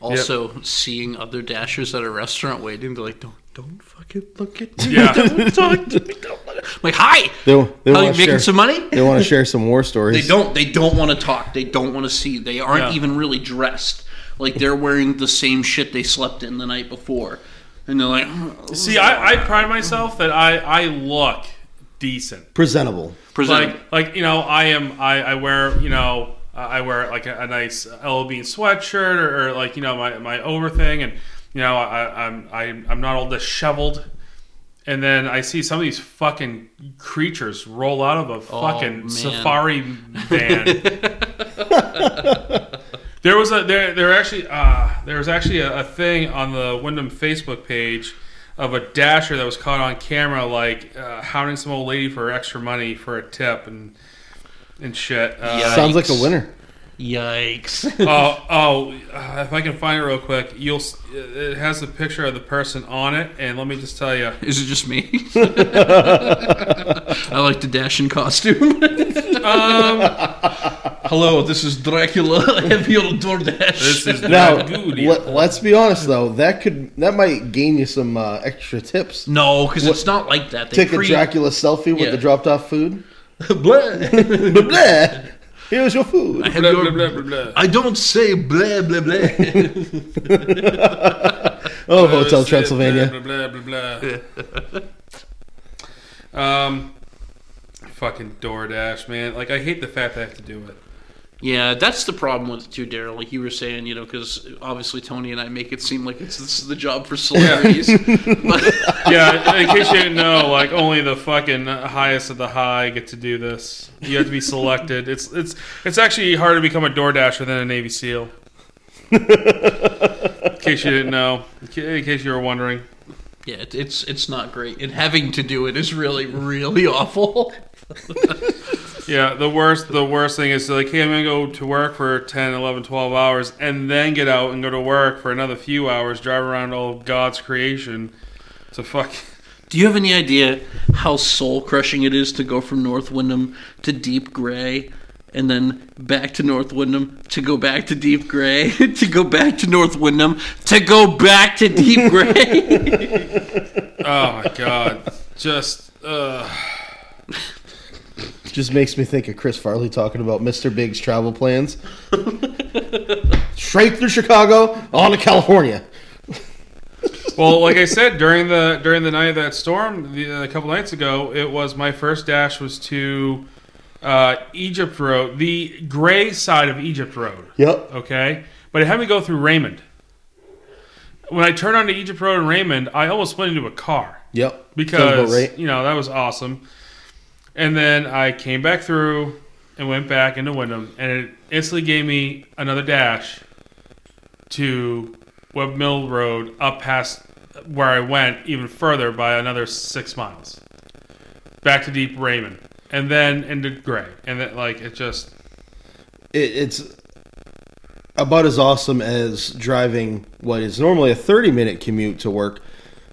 [SPEAKER 2] Also, seeing other dashers at a restaurant waiting, they're like, "Don't, don't fucking look at me!
[SPEAKER 3] Yeah.
[SPEAKER 2] Don't talk to me! Don't look at-" I'm like, hi,
[SPEAKER 1] They, they
[SPEAKER 2] how you
[SPEAKER 1] want to
[SPEAKER 2] making
[SPEAKER 1] share.
[SPEAKER 2] some money?
[SPEAKER 1] they want to share some war
[SPEAKER 2] They
[SPEAKER 1] stories.
[SPEAKER 2] don't. They don't want to talk. They don't want to see. They aren't
[SPEAKER 3] Yeah.
[SPEAKER 2] even really dressed. Like they're wearing the same shit they slept in the night before, and they're like, "Oh,
[SPEAKER 3] See, I, I pride myself that I I look decent.
[SPEAKER 1] presentable.
[SPEAKER 2] present-
[SPEAKER 3] like like you know i am i i wear you know i I wear like a, a nice l bean sweatshirt or, or like you know my my over thing and you know i i'm i'm, I'm not all disheveled and then I see some of these fucking creatures roll out of a fucking
[SPEAKER 2] man.
[SPEAKER 3] safari van. there was a there there actually uh, there was actually a, a thing on the Wyndham Facebook page of a dasher that was caught on camera like uh, hounding some old lady for extra money for a tip and and shit. Uh,
[SPEAKER 2] Yeah.
[SPEAKER 1] Sounds like a
[SPEAKER 2] Yikes.
[SPEAKER 1] winner.
[SPEAKER 2] yikes!
[SPEAKER 3] oh, oh! uh, If I can find it real quick, you'll. s- uh, It has the picture of the person on it, and let me just tell you,
[SPEAKER 2] Is it just me? I like to dash in costume. Um, Hello, this is Dracula. Heavy old DoorDash.
[SPEAKER 3] this is
[SPEAKER 1] Now,
[SPEAKER 3] not good.
[SPEAKER 1] let, let's be honest though, that could that might gain you some uh, extra tips.
[SPEAKER 2] no, because it's not like that. They
[SPEAKER 1] Take
[SPEAKER 2] pre-
[SPEAKER 1] a Dracula selfie with
[SPEAKER 2] Yeah.
[SPEAKER 1] the dropped off food.
[SPEAKER 2] Blah.
[SPEAKER 1] Blah, blah. Here's your food.
[SPEAKER 2] Have
[SPEAKER 3] Blah,
[SPEAKER 2] your-
[SPEAKER 3] blah, blah, blah, blah.
[SPEAKER 2] I don't say blah blah blah.
[SPEAKER 1] Oh, Hotel
[SPEAKER 3] That's it,
[SPEAKER 1] Transylvania.
[SPEAKER 3] Blah, blah, blah, blah, blah. um, fucking DoorDash, man. Like, I hate the fact that I have to do it.
[SPEAKER 2] yeah, that's the problem with it too, Daryl. Like you were saying, you know, because obviously Tony and I make it seem like it's this is the job for celebrities. But
[SPEAKER 3] Yeah, in case you didn't know, like, only the fucking highest of the high get to do this. You have to be selected. It's it's it's actually harder to become a DoorDasher than a Navy SEAL. in case you didn't know, in ca- in case you were wondering.
[SPEAKER 2] yeah, it, it's it's not great, and having to do it is really really awful.
[SPEAKER 3] Yeah, the worst the worst thing is like, hey, I'm going to go to work for 10, 11, 12 hours and then get out and go to work for another few hours, drive around all of God's creation. So fuck.
[SPEAKER 2] Do you have any idea how soul crushing it is to go from North Windham to Deep Gray? And then back to North Windham to go back to Deep Gray to go back to North Windham to go back to Deep Gray.
[SPEAKER 3] Oh my God. Just, uh,
[SPEAKER 1] Just makes me think of Chris Farley talking about Mr. Big's travel plans. Straight through Chicago, on to California.
[SPEAKER 3] well, like I said during the during the night of that storm the, a couple nights ago, it was my first dash was to uh, Egypt Road, the gray side of Egypt Road.
[SPEAKER 1] Yep.
[SPEAKER 3] Okay, but it had me go through Raymond. when I turned on to Egypt Road and Raymond, I almost split into a car
[SPEAKER 1] Yep. Sounds
[SPEAKER 3] because
[SPEAKER 1] about right.
[SPEAKER 3] you know that was awesome. And then I came back through and went back into Wyndham, and it instantly gave me another dash to Webb Mill Road, up past where I went even further by another six miles, back to Deep Raymond, and then into Gray, and then like it just
[SPEAKER 1] It, it's about as awesome as driving what is normally a 30 minute commute to work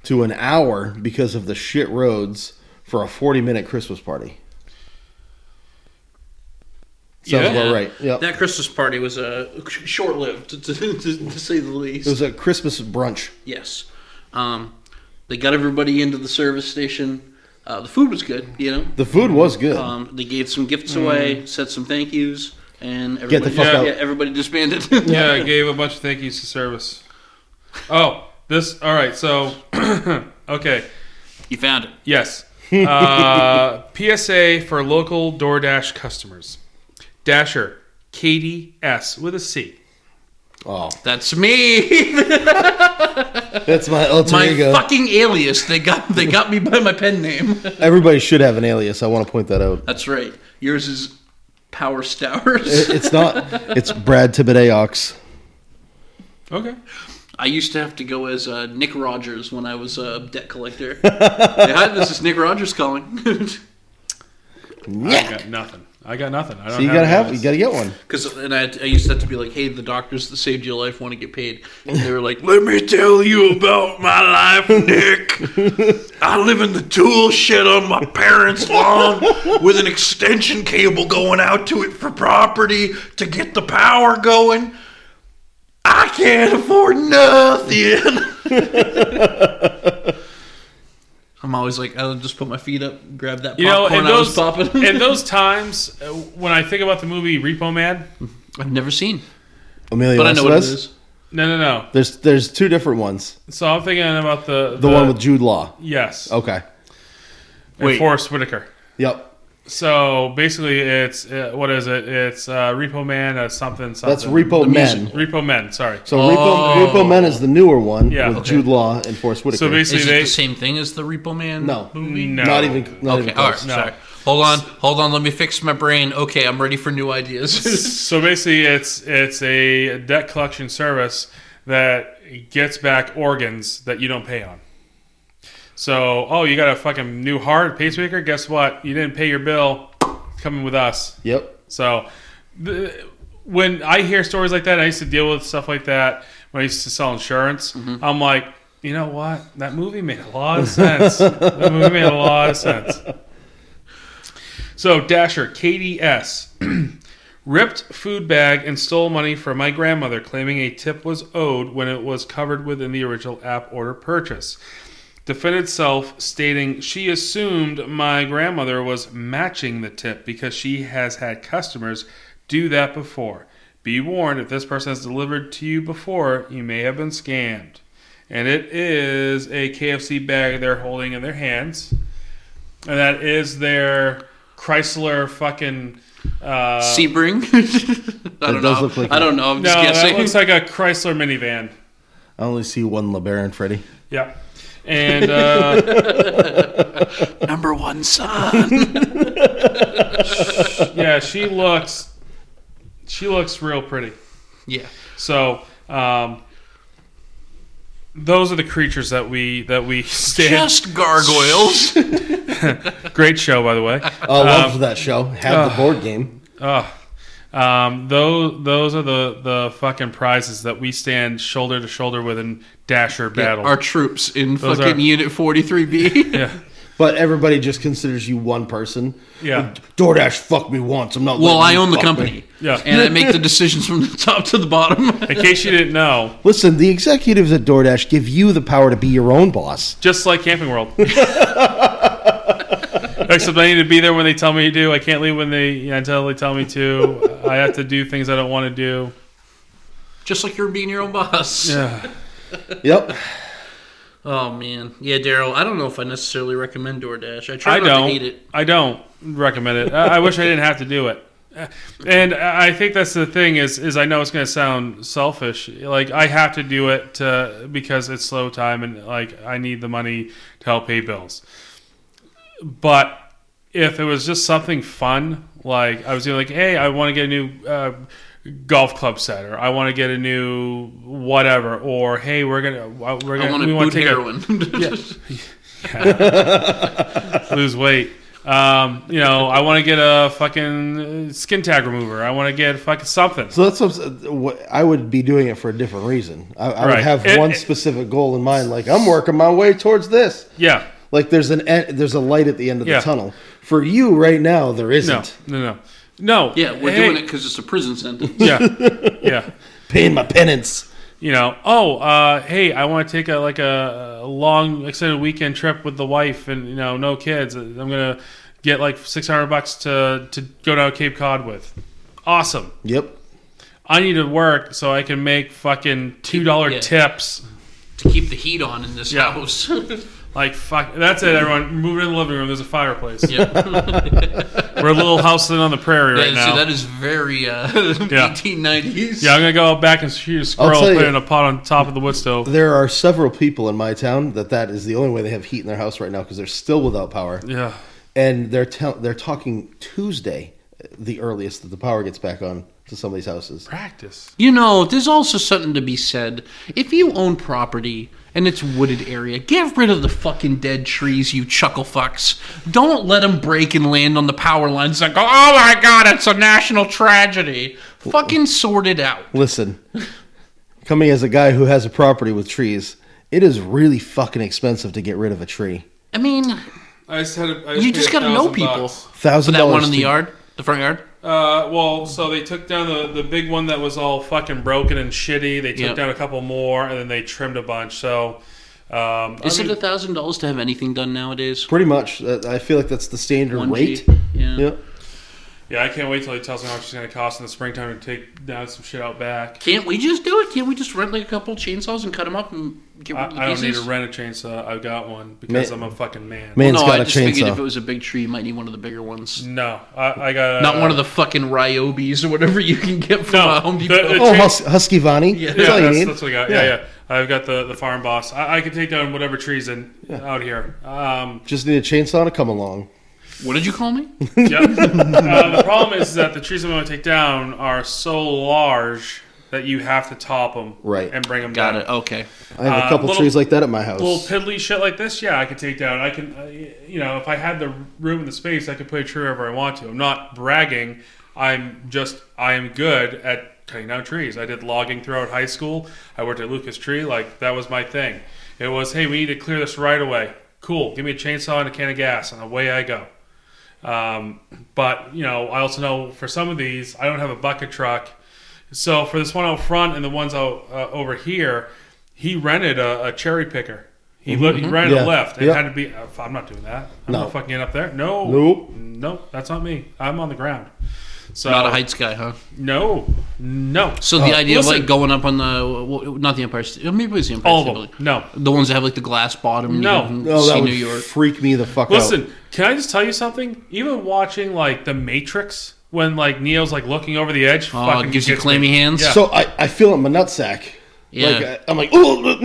[SPEAKER 1] to an hour because of the shit roads for a 40 minute Christmas party. Sounds
[SPEAKER 3] Yeah.
[SPEAKER 1] about right. Yep.
[SPEAKER 2] That Christmas party was uh, short lived, to, to, to, to say the least.
[SPEAKER 1] it was a Christmas brunch.
[SPEAKER 2] Yes. Um, they got everybody into the service station. Uh, the food was good, you know.
[SPEAKER 1] The food was good.
[SPEAKER 2] Um, they gave some gifts away, said some thank yous, and everybody,
[SPEAKER 1] Get the fuck
[SPEAKER 2] yeah,
[SPEAKER 1] out.
[SPEAKER 2] everybody disbanded.
[SPEAKER 3] yeah, I gave a bunch of thank yous to service. Oh, this all right. So, okay,
[SPEAKER 2] you found it.
[SPEAKER 3] yes. Uh, PSA for local DoorDash customers. Dasher Katie S with a C.
[SPEAKER 1] oh,
[SPEAKER 2] That's me.
[SPEAKER 1] that's my alter
[SPEAKER 2] my
[SPEAKER 1] ego.
[SPEAKER 2] fucking alias. They got they got me by my pen name.
[SPEAKER 1] Everybody should have an alias. I want to point that out.
[SPEAKER 2] That's right. Yours is Power Stowers.
[SPEAKER 1] It- It's not. It's Brad Tibideox.
[SPEAKER 3] Okay.
[SPEAKER 2] I used to have to go as uh, Nick Rogers when I was a debt collector. hey, hi, this is Nick Rogers calling.
[SPEAKER 3] I got nothing. I got nothing. I don't
[SPEAKER 1] So you gotta have.
[SPEAKER 3] any
[SPEAKER 1] You gotta get one.
[SPEAKER 2] Because and I, I used to have to be like, "Hey, the doctors that saved your life want to get paid," and they were like, "Let me tell you about my life, Nick. I live in the tool shed on my parents' lawn with an extension cable going out to it for property to get the power going. I can't afford nothing." I'm always like, I'll just put my feet up, grab that popcorn
[SPEAKER 3] You know, in
[SPEAKER 2] I was
[SPEAKER 3] those
[SPEAKER 2] popping.
[SPEAKER 3] in those times uh, when I think about the movie Repo Man.
[SPEAKER 2] I've never seen,
[SPEAKER 1] Amelia
[SPEAKER 2] but I know what it
[SPEAKER 1] Estevez?
[SPEAKER 2] is.
[SPEAKER 3] No, no, no.
[SPEAKER 1] There's there's two different ones.
[SPEAKER 3] So I'm thinking about the
[SPEAKER 1] The one with Oh, Jude Law.
[SPEAKER 3] yes,
[SPEAKER 1] Okay.
[SPEAKER 3] and
[SPEAKER 2] wait.
[SPEAKER 3] Forrest Whitaker.
[SPEAKER 1] Yep.
[SPEAKER 3] So basically, it's uh, what is it? It's uh, Repo Man, uh, something, something.
[SPEAKER 1] That's Repo Men.
[SPEAKER 2] musical.
[SPEAKER 3] Repo Men. Sorry.
[SPEAKER 1] So
[SPEAKER 2] Oh.
[SPEAKER 1] Repo, Repo Men is the newer one
[SPEAKER 3] Yeah,
[SPEAKER 1] with
[SPEAKER 3] okay.
[SPEAKER 1] Jude Law and Forrest Whitaker.
[SPEAKER 3] So basically,
[SPEAKER 4] Is it
[SPEAKER 3] they
[SPEAKER 4] the same thing as the Repo Man?
[SPEAKER 1] no,
[SPEAKER 3] movie? No.
[SPEAKER 1] not even not
[SPEAKER 4] Okay.
[SPEAKER 1] even
[SPEAKER 4] All
[SPEAKER 1] close.
[SPEAKER 4] right.
[SPEAKER 3] No.
[SPEAKER 4] Sorry. Hold on. Hold on. Let me fix my brain. Okay, I'm ready for new ideas.
[SPEAKER 3] so basically, it's it's a debt collection service that gets back organs that you don't pay on. So, oh, you got a fucking new heart pacemaker? Guess what? You didn't pay your bill. It's coming with us.
[SPEAKER 1] Yep.
[SPEAKER 3] So, th- when I hear stories like that, I used to deal with stuff like that when I used to sell insurance. I'm like, you know what? That movie made a lot of sense. that movie made a lot of sense. So, Dasher, Katie S. Ripped food bag and stole money from my grandmother, claiming a tip was owed when it was covered within the original app order purchase. Defended self stating she assumed my grandmother was matching the tip because she has had customers do that before. Be warned if this person has delivered to you before, you may have been scammed. And it is a KFC bag they're holding in their hands. And that is their Chrysler fucking. Uh,
[SPEAKER 2] Sebring. I don't
[SPEAKER 1] does
[SPEAKER 2] know.
[SPEAKER 1] look like
[SPEAKER 2] I don't know. I'm
[SPEAKER 3] no,
[SPEAKER 2] just
[SPEAKER 3] that
[SPEAKER 2] guessing.
[SPEAKER 3] looks like a Chrysler minivan.
[SPEAKER 1] I only see one LeBaron Freddy.
[SPEAKER 3] Yeah. And uh,
[SPEAKER 2] Number one son.
[SPEAKER 3] yeah, she looks she looks real pretty.
[SPEAKER 2] yeah.
[SPEAKER 3] So um, those are the creatures that we that we stand.
[SPEAKER 2] Just gargoyles.
[SPEAKER 3] Great show, by the way.
[SPEAKER 1] I loved that show. Had
[SPEAKER 3] uh.
[SPEAKER 1] the board game.
[SPEAKER 3] Ugh. Um, those those are the the fucking prizes that we stand shoulder to shoulder with in Dasher battle.
[SPEAKER 2] Our troops in
[SPEAKER 3] Those
[SPEAKER 2] fucking
[SPEAKER 3] are-
[SPEAKER 2] Unit 43B.
[SPEAKER 3] yeah.
[SPEAKER 1] But everybody just considers you one person.
[SPEAKER 3] Yeah.
[SPEAKER 1] DoorDash fuck me once. I'm not.
[SPEAKER 2] Well,
[SPEAKER 1] letting
[SPEAKER 2] I
[SPEAKER 1] you
[SPEAKER 2] own the
[SPEAKER 1] fuck me.
[SPEAKER 2] company.
[SPEAKER 3] Yeah.
[SPEAKER 2] And I make the decisions from the top to the bottom.
[SPEAKER 3] In case you didn't know,
[SPEAKER 1] Listen, the executives at DoorDash give you the power to be your own boss.
[SPEAKER 3] just like Camping World. Except I need to be there when they tell me to. I can't leave when they until they tell me to. I have to do things I don't want to do.
[SPEAKER 2] Just like you're being your own boss.
[SPEAKER 3] Yeah.
[SPEAKER 1] Yep.
[SPEAKER 2] Oh, man. Yeah, Daryl, I don't know if I necessarily recommend DoorDash. I try
[SPEAKER 3] I
[SPEAKER 2] not
[SPEAKER 3] don't.
[SPEAKER 2] to hate it.
[SPEAKER 3] I don't recommend it. I, I wish I didn't have to do it. and I think that's the thing is is I know it's going to sound selfish. Like I have to do it to, because it's slow time and like I need the money to help pay bills. But if it was just something fun, like I was doing, like, hey, I want to get a new uh, golf club set, or I want to get a new whatever, or hey, we're gonna uh, we're
[SPEAKER 2] I
[SPEAKER 3] gonna
[SPEAKER 2] want to
[SPEAKER 3] we want
[SPEAKER 2] boot
[SPEAKER 3] to take a,
[SPEAKER 2] heroin.
[SPEAKER 3] lose weight. Um, you know, I want to get a fucking uh, skin tag remover. I want to get fucking something.
[SPEAKER 1] So that's what, I'm- uh, what I would be doing it for a different reason. I, I would
[SPEAKER 3] Right.
[SPEAKER 1] have
[SPEAKER 3] It-
[SPEAKER 1] one
[SPEAKER 3] it-
[SPEAKER 1] specific goal in mind, like I'm working my way towards this.
[SPEAKER 3] Yeah.
[SPEAKER 1] Like there's an en- there's a light at the end of
[SPEAKER 3] Yeah.
[SPEAKER 1] the tunnel. For you right now, there
[SPEAKER 3] No.
[SPEAKER 1] isn't.
[SPEAKER 3] No. No. No.
[SPEAKER 2] yeah, we're
[SPEAKER 3] Hey.
[SPEAKER 2] doing it because it's a prison sentence.
[SPEAKER 3] Yeah. Yeah.
[SPEAKER 1] Paying my penance.
[SPEAKER 3] you know, oh, uh, hey, I want to take a like a, a long extended weekend trip with the wife and you know no kids. I'm gonna get like six hundred bucks to to go down Cape Cod with. Awesome.
[SPEAKER 1] Yep.
[SPEAKER 3] I need to work so I can make fucking two dollar
[SPEAKER 4] Yeah.
[SPEAKER 3] tips.
[SPEAKER 4] to keep the heat on in this
[SPEAKER 3] Yeah.
[SPEAKER 4] house.
[SPEAKER 3] Like fuck, that's it, everyone. Move it in the living room. There's a fireplace.
[SPEAKER 4] yeah.
[SPEAKER 3] We're a little house sitting on the prairie right
[SPEAKER 4] so
[SPEAKER 3] now.
[SPEAKER 4] that is very uh, 1890s.
[SPEAKER 3] yeah, I'm gonna go out back and shoot a squirrel,
[SPEAKER 1] tell
[SPEAKER 3] put it
[SPEAKER 1] you-
[SPEAKER 3] in a pot on top of the wood stove.
[SPEAKER 1] There are several people in my town that that is the only way they have heat in their house right now because they're still without power.
[SPEAKER 3] Yeah,
[SPEAKER 1] And they're tell they're talking Tuesday, uh, the earliest that the power gets back on to somebody's houses.
[SPEAKER 3] practice.
[SPEAKER 2] You know, there's also something to be said. If you own property and it's wooded area, get rid of the fucking dead trees, you chuckle fucks. Don't let them break and land on the power lines and go, oh my god, it's a national tragedy. Fucking sort it out.
[SPEAKER 1] Listen, coming as a guy who has a property with trees, it is really fucking expensive to get rid of a tree.
[SPEAKER 2] I mean,
[SPEAKER 3] I just had. A, I
[SPEAKER 2] you just
[SPEAKER 3] paid a
[SPEAKER 2] gotta know
[SPEAKER 3] thousand
[SPEAKER 2] people.
[SPEAKER 3] bucks.
[SPEAKER 1] Thousand
[SPEAKER 2] That
[SPEAKER 1] dollars.
[SPEAKER 2] one in the
[SPEAKER 1] to-
[SPEAKER 2] yard, the front yard.
[SPEAKER 3] Uh, well, so they took down the, the big one that was all fucking broken and shitty. They took
[SPEAKER 2] Yep.
[SPEAKER 3] down a couple more, and then they trimmed a bunch. So, um,
[SPEAKER 2] Is
[SPEAKER 3] I
[SPEAKER 2] it
[SPEAKER 3] mean,
[SPEAKER 2] a thousand dollars to have anything done nowadays?
[SPEAKER 1] Pretty much, uh, I feel like that's the standard
[SPEAKER 2] One
[SPEAKER 1] rate.
[SPEAKER 2] G? Yeah.
[SPEAKER 1] Yeah.
[SPEAKER 3] yeah, I can't wait till he tells me how much it's gonna cost in the springtime to take down some shit out back.
[SPEAKER 2] Can't we just do it? Can't we just rent like a couple chainsaws and cut them up and get
[SPEAKER 3] I,
[SPEAKER 2] rid of the
[SPEAKER 3] I don't
[SPEAKER 2] pieces?
[SPEAKER 3] need to rent a chainsaw. I've got one because
[SPEAKER 1] Man-
[SPEAKER 3] I'm a fucking man.
[SPEAKER 1] Man's
[SPEAKER 2] no,
[SPEAKER 1] got
[SPEAKER 2] I
[SPEAKER 1] a
[SPEAKER 2] just figured if it
[SPEAKER 1] chainsaw.
[SPEAKER 2] was a big tree, you might need one of the bigger ones.
[SPEAKER 3] No, I, I got
[SPEAKER 2] Not one of the fucking Ryobis or whatever you can get from
[SPEAKER 3] No,
[SPEAKER 2] uh, Home
[SPEAKER 3] the-
[SPEAKER 2] Depot.
[SPEAKER 3] the-
[SPEAKER 1] Oh, Hus- Husky Vani. that's
[SPEAKER 3] Yeah,
[SPEAKER 1] all you
[SPEAKER 3] that's,
[SPEAKER 1] need.
[SPEAKER 3] that's what I got. Yeah, yeah. I've got the, the farm boss. I, I can take down whatever trees in out here. Um,
[SPEAKER 1] Just need a chainsaw to come along.
[SPEAKER 2] what did you call me?
[SPEAKER 3] yeah. uh, the problem is that the trees I'm going to take down are so large that you have to top them
[SPEAKER 1] Right.
[SPEAKER 3] and bring them
[SPEAKER 2] Got
[SPEAKER 3] down.
[SPEAKER 2] it. Okay.
[SPEAKER 1] I have
[SPEAKER 3] Uh,
[SPEAKER 1] a couple
[SPEAKER 3] little-
[SPEAKER 1] trees like that at my house.
[SPEAKER 3] Little piddly shit like this, yeah, I could take down. I can, uh, you know, if I had the room and the space, I could put a tree wherever I want to. I'm not bragging. I'm just, I am good at cutting down trees. I did logging throughout high school. I worked at Lucas Tree. Like, that was my thing. It was, hey, we need to clear this right away. Cool. Give me a chainsaw and a can of gas, and away I go. Um, but you know, I also know for some of these, I don't have a bucket truck. So for this one out front and the ones out uh, over here, he rented a, a cherry picker. He, li- he rented
[SPEAKER 1] Mm-hmm, Yeah.
[SPEAKER 3] a lift. It
[SPEAKER 1] Yeah.
[SPEAKER 3] had to be. uh, I'm not doing that. I'm
[SPEAKER 1] No.
[SPEAKER 3] not fucking getting up there. No.
[SPEAKER 1] Nope.
[SPEAKER 3] Nope. That's not me. I'm on the ground. So
[SPEAKER 2] Not a heights guy, huh?
[SPEAKER 3] No. No.
[SPEAKER 2] So
[SPEAKER 1] Oh. Uh,
[SPEAKER 2] the idea of
[SPEAKER 3] listen.
[SPEAKER 2] like going up on the well, not the Empire State, maybe it was the Empire
[SPEAKER 3] All
[SPEAKER 2] State
[SPEAKER 3] of them.
[SPEAKER 2] Building.
[SPEAKER 3] No.
[SPEAKER 2] The ones that have like the glass bottom. And
[SPEAKER 3] No.
[SPEAKER 2] You can
[SPEAKER 1] oh,
[SPEAKER 2] see
[SPEAKER 1] that
[SPEAKER 2] New
[SPEAKER 1] would
[SPEAKER 2] York.
[SPEAKER 1] freak me the fuck out.
[SPEAKER 3] Listen, can I just tell you something? Even watching like The Matrix, when like Neo's like looking over the edge,
[SPEAKER 2] Oh,
[SPEAKER 3] fucking
[SPEAKER 2] it gives you
[SPEAKER 3] gets me.
[SPEAKER 2] clammy hands.
[SPEAKER 3] Yeah.
[SPEAKER 1] So I, I feel it in my nutsack.
[SPEAKER 2] Yeah.
[SPEAKER 1] Like, I, I'm like, oh,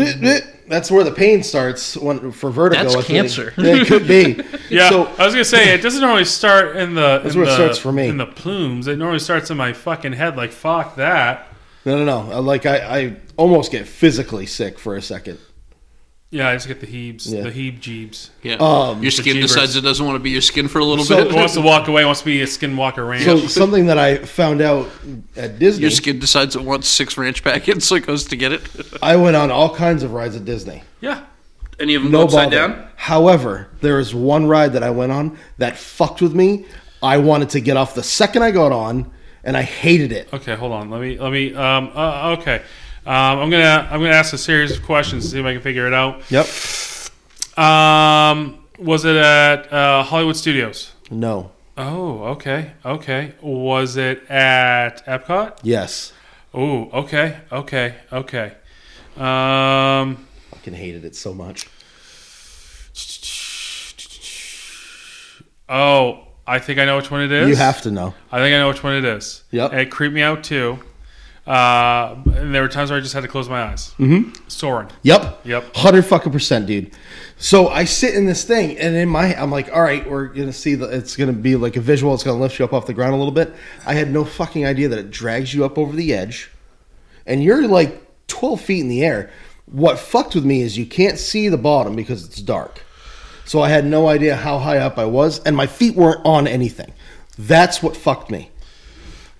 [SPEAKER 1] that's where the pain starts when, for vertigo.
[SPEAKER 2] That's
[SPEAKER 1] I think.
[SPEAKER 2] cancer.
[SPEAKER 1] Yeah, it could be.
[SPEAKER 3] Yeah,
[SPEAKER 1] So
[SPEAKER 3] I was gonna say it doesn't normally start in the. in
[SPEAKER 1] where it
[SPEAKER 3] the-
[SPEAKER 1] starts for me.
[SPEAKER 3] In the plumes, it normally starts in my fucking head. Like fuck that.
[SPEAKER 1] No, no, no. I- Like I, I almost get physically sick for a second.
[SPEAKER 3] Yeah, I just get the heebs,
[SPEAKER 1] Yeah.
[SPEAKER 3] the heeb jeebs.
[SPEAKER 2] Yeah.
[SPEAKER 1] Um,
[SPEAKER 2] your skin
[SPEAKER 3] Jeebers.
[SPEAKER 2] decides it doesn't want to be your skin for a little
[SPEAKER 1] So-
[SPEAKER 2] bit.
[SPEAKER 3] It wants to walk away. Wants to be a skinwalker ranch.
[SPEAKER 1] So something that I found out at Disney,
[SPEAKER 2] Your skin decides it wants six ranch packets, so it goes to get it.
[SPEAKER 1] I went on all kinds of rides at Disney.
[SPEAKER 3] yeah,
[SPEAKER 2] Any of them
[SPEAKER 1] No
[SPEAKER 2] upside
[SPEAKER 1] bother.
[SPEAKER 2] down?
[SPEAKER 1] However, there is one ride that I went on that fucked with me. I wanted to get off the second I got on, and I hated it.
[SPEAKER 3] Okay, hold on. Let me let me. Um, uh, okay, um, I'm gonna I'm gonna ask a series of questions to see if I can figure it out.
[SPEAKER 1] Yep.
[SPEAKER 3] Um, was it at uh, Hollywood Studios?
[SPEAKER 1] No.
[SPEAKER 3] Oh, okay, okay. Was it at Epcot?
[SPEAKER 1] Yes.
[SPEAKER 3] Oh, okay, okay, okay. Um.
[SPEAKER 1] Fucking hated it so much.
[SPEAKER 3] Oh, I think I know which one it is.
[SPEAKER 1] You have to know.
[SPEAKER 3] I think I know which one it is.
[SPEAKER 1] Yep.
[SPEAKER 3] And it creeped me out too. Uh, and there were times where I just had to close my eyes. Mm-hmm. Soaring.
[SPEAKER 1] Yep.
[SPEAKER 3] Yep.
[SPEAKER 1] Hundred fucking percent, dude. So I sit in this thing, and in my, I'm like, all right, we're gonna see the. It's gonna be like a visual. It's gonna lift you up off the ground a little bit. I had no fucking idea that it drags you up over the edge, and you're like 12 feet in the air. What fucked with me is you can't see the bottom because it's dark. So I had no idea how high up I was, and my feet weren't on anything. That's what fucked me.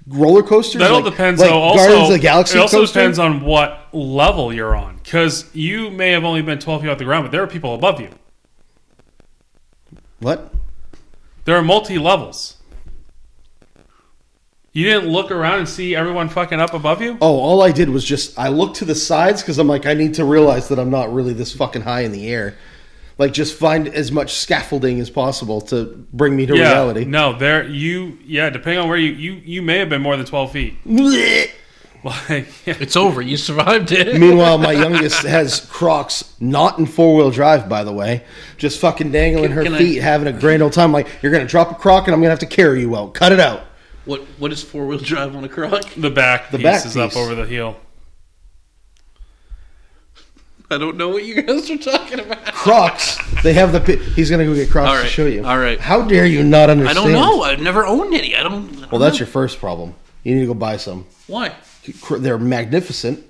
[SPEAKER 1] Roller coasters.
[SPEAKER 3] That all
[SPEAKER 1] like-
[SPEAKER 3] depends.
[SPEAKER 1] like
[SPEAKER 3] though. Also,
[SPEAKER 1] Guardians of the Galaxy
[SPEAKER 3] It also
[SPEAKER 1] coaster?
[SPEAKER 3] depends on what level you're on, because you may have only been 12 feet off the ground, but there are people above you.
[SPEAKER 1] What?
[SPEAKER 3] There are multi levels. You didn't look around and see everyone fucking up above you.
[SPEAKER 1] Oh, all I did was just I looked to the sides because I'm like I need to realize that I'm not really this fucking high in the air. Like just find as much scaffolding as possible to bring me to
[SPEAKER 3] yeah.
[SPEAKER 1] reality.
[SPEAKER 3] No, there you. Yeah, depending on where you you you may have been more than 12 feet.
[SPEAKER 1] Blech.
[SPEAKER 3] Like, yeah.
[SPEAKER 4] It's over. You survived it.
[SPEAKER 1] Meanwhile, my youngest has Crocs, not in four wheel drive, by the way, just fucking dangling her
[SPEAKER 2] can I-
[SPEAKER 1] feet, having a grand old time. Like you're gonna drop a Croc and I'm gonna have to carry you out. Cut it out.
[SPEAKER 2] What what is four wheel drive on a croc?
[SPEAKER 3] the back
[SPEAKER 1] The
[SPEAKER 3] piece
[SPEAKER 1] back
[SPEAKER 3] is up
[SPEAKER 1] piece.
[SPEAKER 3] over the heel.
[SPEAKER 2] I don't know what you guys are talking about.
[SPEAKER 1] Crocs. They have the. pi- He's gonna go get Crocs
[SPEAKER 2] All
[SPEAKER 1] to
[SPEAKER 2] right,
[SPEAKER 1] show you.
[SPEAKER 2] all right.
[SPEAKER 1] How dare you not
[SPEAKER 2] I
[SPEAKER 1] understand?
[SPEAKER 2] don't know. I've never owned any. I don't. I don't
[SPEAKER 1] Well, that's
[SPEAKER 2] know.
[SPEAKER 1] your first problem. You need to go buy some.
[SPEAKER 2] why.
[SPEAKER 1] cr- they're magnificent.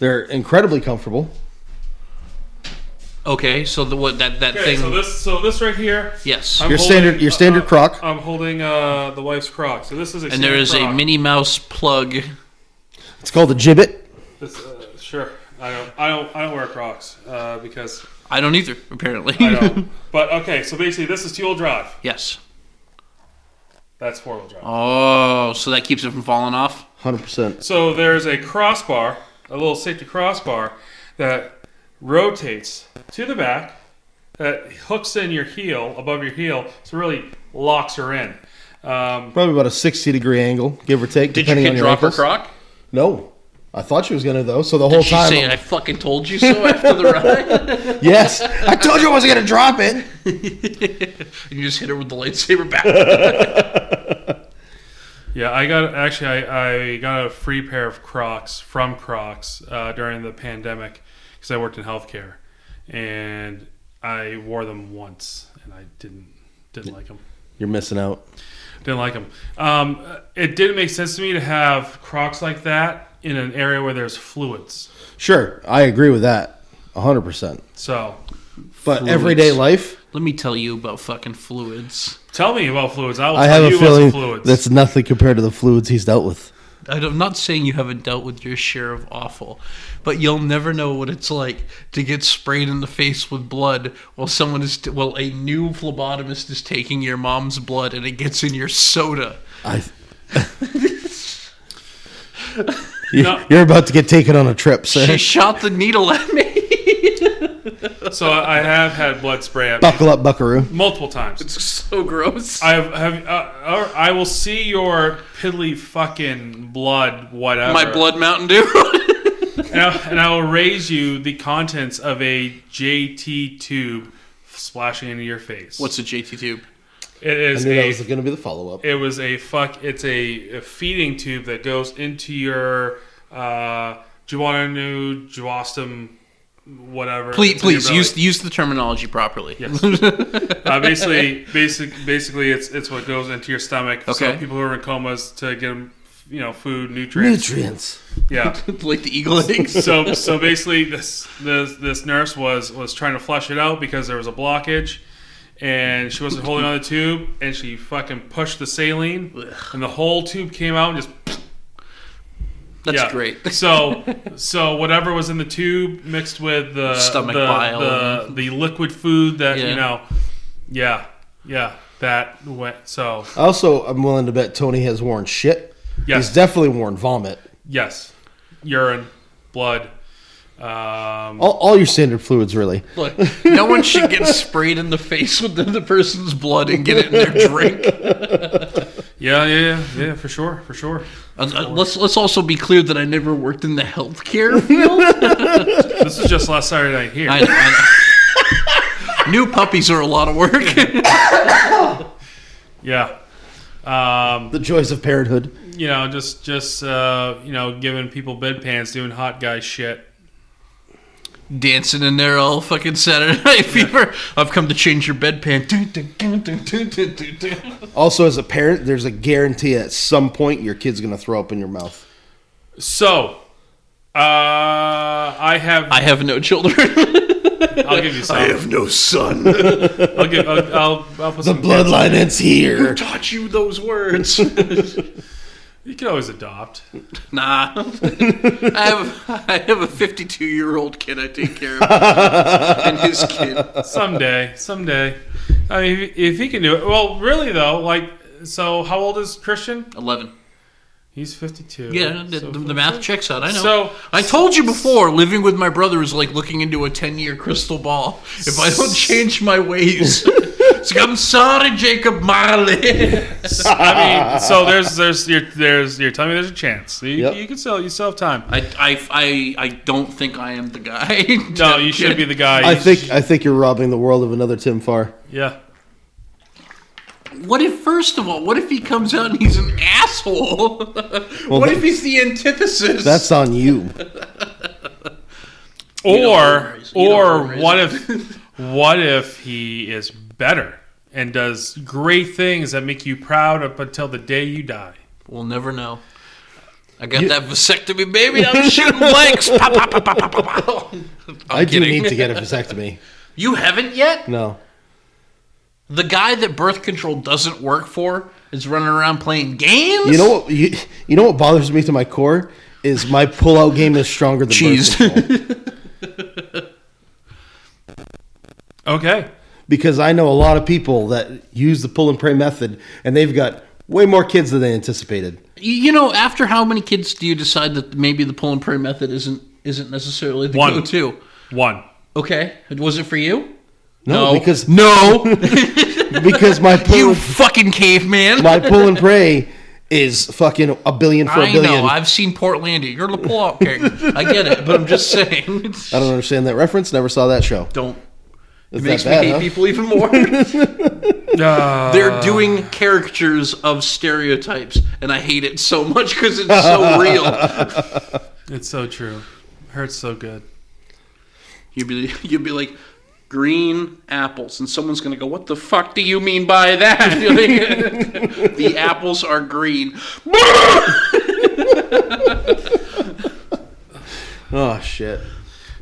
[SPEAKER 1] They're incredibly comfortable.
[SPEAKER 4] Okay, so the what that that
[SPEAKER 3] Okay,
[SPEAKER 4] thing?
[SPEAKER 3] so this so this right here.
[SPEAKER 4] yes,
[SPEAKER 3] I'm
[SPEAKER 1] Your standard- your standard
[SPEAKER 3] uh,
[SPEAKER 1] croc.
[SPEAKER 3] I'm holding uh, the wife's croc. So this is a
[SPEAKER 4] and there
[SPEAKER 3] standard
[SPEAKER 4] is a
[SPEAKER 3] croc.
[SPEAKER 4] Minnie Mouse plug.
[SPEAKER 1] It's called a gibbet.
[SPEAKER 3] This, uh, sure. I don't. I don't. I don't wear Crocs uh, because
[SPEAKER 4] I don't either. Apparently,
[SPEAKER 3] I don't. but okay. So basically, this is two-wheel drive.
[SPEAKER 4] yes.
[SPEAKER 3] That's four-wheel drive.
[SPEAKER 4] Oh, so that keeps it from falling off.
[SPEAKER 1] 100%.
[SPEAKER 3] So there's a crossbar, a little safety crossbar that rotates to the back, that hooks in your heel above your heel, so really locks her in. Um,
[SPEAKER 1] Probably about a 60 degree angle, give or take,
[SPEAKER 2] Did
[SPEAKER 1] depending
[SPEAKER 2] you
[SPEAKER 1] on
[SPEAKER 2] kid
[SPEAKER 1] your
[SPEAKER 2] drop her
[SPEAKER 1] ankles.
[SPEAKER 2] croc?
[SPEAKER 1] No. I thought she was going to, though. So the whole
[SPEAKER 2] She's
[SPEAKER 1] time.
[SPEAKER 2] saying, "I fucking told you so." After the ride,
[SPEAKER 1] I'm- yes. I told you I wasn't going to drop it.
[SPEAKER 2] and you just hit her with the lightsaber back.
[SPEAKER 3] yeah, I got actually I, I got a free pair of Crocs from Crocs uh, during the pandemic because I worked in healthcare, and I wore them once and I didn't didn't like them.
[SPEAKER 1] You're missing out.
[SPEAKER 3] Didn't like them. Um, it didn't make sense to me to have Crocs like that in an area where there's fluids.
[SPEAKER 1] Sure. I agree with that. 100%.
[SPEAKER 3] So
[SPEAKER 1] But everyday life,
[SPEAKER 4] Let me tell you about fucking fluids.
[SPEAKER 3] tell me about fluids. I will
[SPEAKER 1] I
[SPEAKER 3] tell
[SPEAKER 1] have a
[SPEAKER 3] you about some
[SPEAKER 1] feeling
[SPEAKER 3] fluids.
[SPEAKER 1] that's nothing compared to the fluids he's dealt with.
[SPEAKER 4] I don't- I'm not saying you haven't dealt with your share of awful, but you'll never know what it's like to get sprayed in the face with blood while someone is t- while a new phlebotomist is taking your mom's blood and it gets in your soda.
[SPEAKER 1] I. You-
[SPEAKER 3] No.
[SPEAKER 1] You're about to get taken on a trip, sir.
[SPEAKER 4] She shot the needle at me.
[SPEAKER 3] so I I have had blood spray at me
[SPEAKER 1] Buckle up, Buckaroo.
[SPEAKER 3] multiple times.
[SPEAKER 4] so gross.
[SPEAKER 3] I have, have uh, or I will see your piddly fucking blood, whatever.
[SPEAKER 4] My blood Mountain Dew.
[SPEAKER 3] and I, and I will raise you the contents of a JT tube splashing into your face.
[SPEAKER 4] What's a JT tube?
[SPEAKER 3] it is
[SPEAKER 1] knew that
[SPEAKER 3] a
[SPEAKER 1] was going to be the follow up.
[SPEAKER 3] it was a fuck it's a, a feeding tube that goes into your uh juanu juostum whatever
[SPEAKER 4] Please,
[SPEAKER 3] It's in your
[SPEAKER 4] please
[SPEAKER 3] belly.
[SPEAKER 4] use use the terminology properly.
[SPEAKER 3] Yes. uh, basically basic basically it's it's what goes into your stomach so
[SPEAKER 4] Okay.
[SPEAKER 3] people who are in comas to get them you know food nutrients
[SPEAKER 1] Nutrients.
[SPEAKER 3] yeah
[SPEAKER 4] like the eagle eggs.
[SPEAKER 3] so so basically this this this nurse was was trying to flush it out because there was a blockage and she wasn't holding on the tube and she fucking pushed the saline and the whole tube came out and just
[SPEAKER 4] That's
[SPEAKER 3] Yeah.
[SPEAKER 4] great.
[SPEAKER 3] so, so whatever was in the tube mixed with the
[SPEAKER 4] Stomach
[SPEAKER 3] the,
[SPEAKER 4] bile.
[SPEAKER 3] the, the liquid food that you
[SPEAKER 4] Yeah.
[SPEAKER 3] know, yeah, yeah, that went. So
[SPEAKER 1] Also, I'm willing to bet Tony has worn shit.
[SPEAKER 3] Yes.
[SPEAKER 1] He's definitely worn vomit.
[SPEAKER 3] yes, urine, blood. Um,
[SPEAKER 1] All, all your standard fluids, really.
[SPEAKER 4] Look, no one should get sprayed in the face with the, the person's blood and get it in their drink.
[SPEAKER 3] yeah, yeah, yeah, yeah, for sure, for sure.
[SPEAKER 4] Uh, uh, let's let's also be clear that I never worked in the healthcare field.
[SPEAKER 3] This is just last Saturday night here.
[SPEAKER 4] I, I,
[SPEAKER 2] New puppies are a lot of work.
[SPEAKER 3] Yeah. Um,
[SPEAKER 1] The joys of parenthood.
[SPEAKER 3] you know, just just uh, you know, giving people bedpans, doing hot guy shit.
[SPEAKER 2] Dancing in there all fucking Saturday Night Fever. I've come to change your bedpan. Dun, dun, dun, dun, dun, dun, dun, dun.
[SPEAKER 1] Also, as a parent, there's a guarantee at some point your kid's gonna throw up in your mouth.
[SPEAKER 3] So, uh, I have.
[SPEAKER 2] I have no children.
[SPEAKER 3] I'll give you some.
[SPEAKER 2] no son.
[SPEAKER 3] I'll give. I'll, I'll, I'll put
[SPEAKER 1] The
[SPEAKER 3] some.
[SPEAKER 1] bloodline ends here.
[SPEAKER 2] Taught you those words.
[SPEAKER 3] You can always adopt.
[SPEAKER 2] Nah, I have I have a 52 year old kid I take care of, and his kid.
[SPEAKER 3] someday, someday. I mean, if- if he can do it. Well, really though, like, so how old is Christian?
[SPEAKER 2] 11.
[SPEAKER 3] He's fifty-two.
[SPEAKER 2] Yeah, the,
[SPEAKER 3] So
[SPEAKER 2] the,
[SPEAKER 3] fu-
[SPEAKER 2] the math checks out. I know.
[SPEAKER 3] So-
[SPEAKER 2] I told you before, living with my brother is like looking into a 10 year crystal ball. If I don't change my ways, it's like, I'm sorry, Jacob Marley.
[SPEAKER 3] I mean, so there's there's your there's you're telling me there's a chance. You,
[SPEAKER 1] Yep.
[SPEAKER 3] you can still you still have time.
[SPEAKER 2] I, I, I, I don't think I am the guy.
[SPEAKER 3] No, you should be the guy.
[SPEAKER 1] I
[SPEAKER 3] You
[SPEAKER 1] think
[SPEAKER 3] sh-
[SPEAKER 1] I think you're robbing the world of another Tim Farr.
[SPEAKER 3] yeah.
[SPEAKER 2] What if, first of all, what if he comes out and he's an asshole? what if he's the antithesis?
[SPEAKER 1] That's on you.
[SPEAKER 2] don't
[SPEAKER 3] Or
[SPEAKER 2] raise- you don't
[SPEAKER 3] or
[SPEAKER 2] raise
[SPEAKER 3] what
[SPEAKER 2] it.
[SPEAKER 3] if what if he is better and does great things that make you proud up until the day you die?
[SPEAKER 2] We'll never know. I got that vasectomy, baby. I'm shooting blanks. Pop, pop, pop, pop, pop, pop, pop. I'm
[SPEAKER 1] I do
[SPEAKER 2] kidding.
[SPEAKER 1] need to get a vasectomy.
[SPEAKER 2] You haven't yet?
[SPEAKER 1] No.
[SPEAKER 2] The guy that birth control doesn't work for is running around playing games?
[SPEAKER 1] You know what? You, you know what bothers me to my core is my pullout game is stronger than birth
[SPEAKER 2] Cheese.
[SPEAKER 1] control.
[SPEAKER 3] Okay.
[SPEAKER 1] because I know a lot of people that use the pull and pray method, and they've got way more kids than they anticipated.
[SPEAKER 2] You- You know, after how many kids do you decide that maybe the pull and pray method isn't isn't necessarily the
[SPEAKER 3] One.
[SPEAKER 2] go-to?
[SPEAKER 3] One.
[SPEAKER 2] Okay, was it for you?
[SPEAKER 1] No,
[SPEAKER 2] No.
[SPEAKER 1] because
[SPEAKER 2] No,
[SPEAKER 1] because my pull
[SPEAKER 2] you
[SPEAKER 1] and-
[SPEAKER 2] fucking caveman.
[SPEAKER 1] my pull and pray is fucking a billion for a
[SPEAKER 2] I
[SPEAKER 1] billion.
[SPEAKER 2] know. I've seen Portlandia. You're the pull-out king. I get it, but I'm just saying.
[SPEAKER 1] I don't understand that reference. Never saw that show.
[SPEAKER 2] Don't. It
[SPEAKER 1] It's
[SPEAKER 2] makes
[SPEAKER 1] that bad,
[SPEAKER 2] me hate
[SPEAKER 1] huh?
[SPEAKER 2] people even more.
[SPEAKER 3] Uh,
[SPEAKER 2] They're doing caricatures of stereotypes, and I hate it so much because it's so real.
[SPEAKER 3] it's so true. Hurts so good.
[SPEAKER 2] You'd be, you'd be like, green apples, and someone's gonna go, "What the fuck do you mean by that?" You're like, the apples are green.
[SPEAKER 1] Oh shit!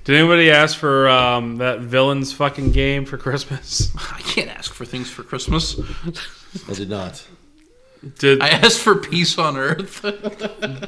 [SPEAKER 3] Did anybody ask for um, that villains fucking game for Christmas?
[SPEAKER 2] I can't ask for things for Christmas.
[SPEAKER 1] I did not.
[SPEAKER 3] Did
[SPEAKER 2] I asked for peace on earth.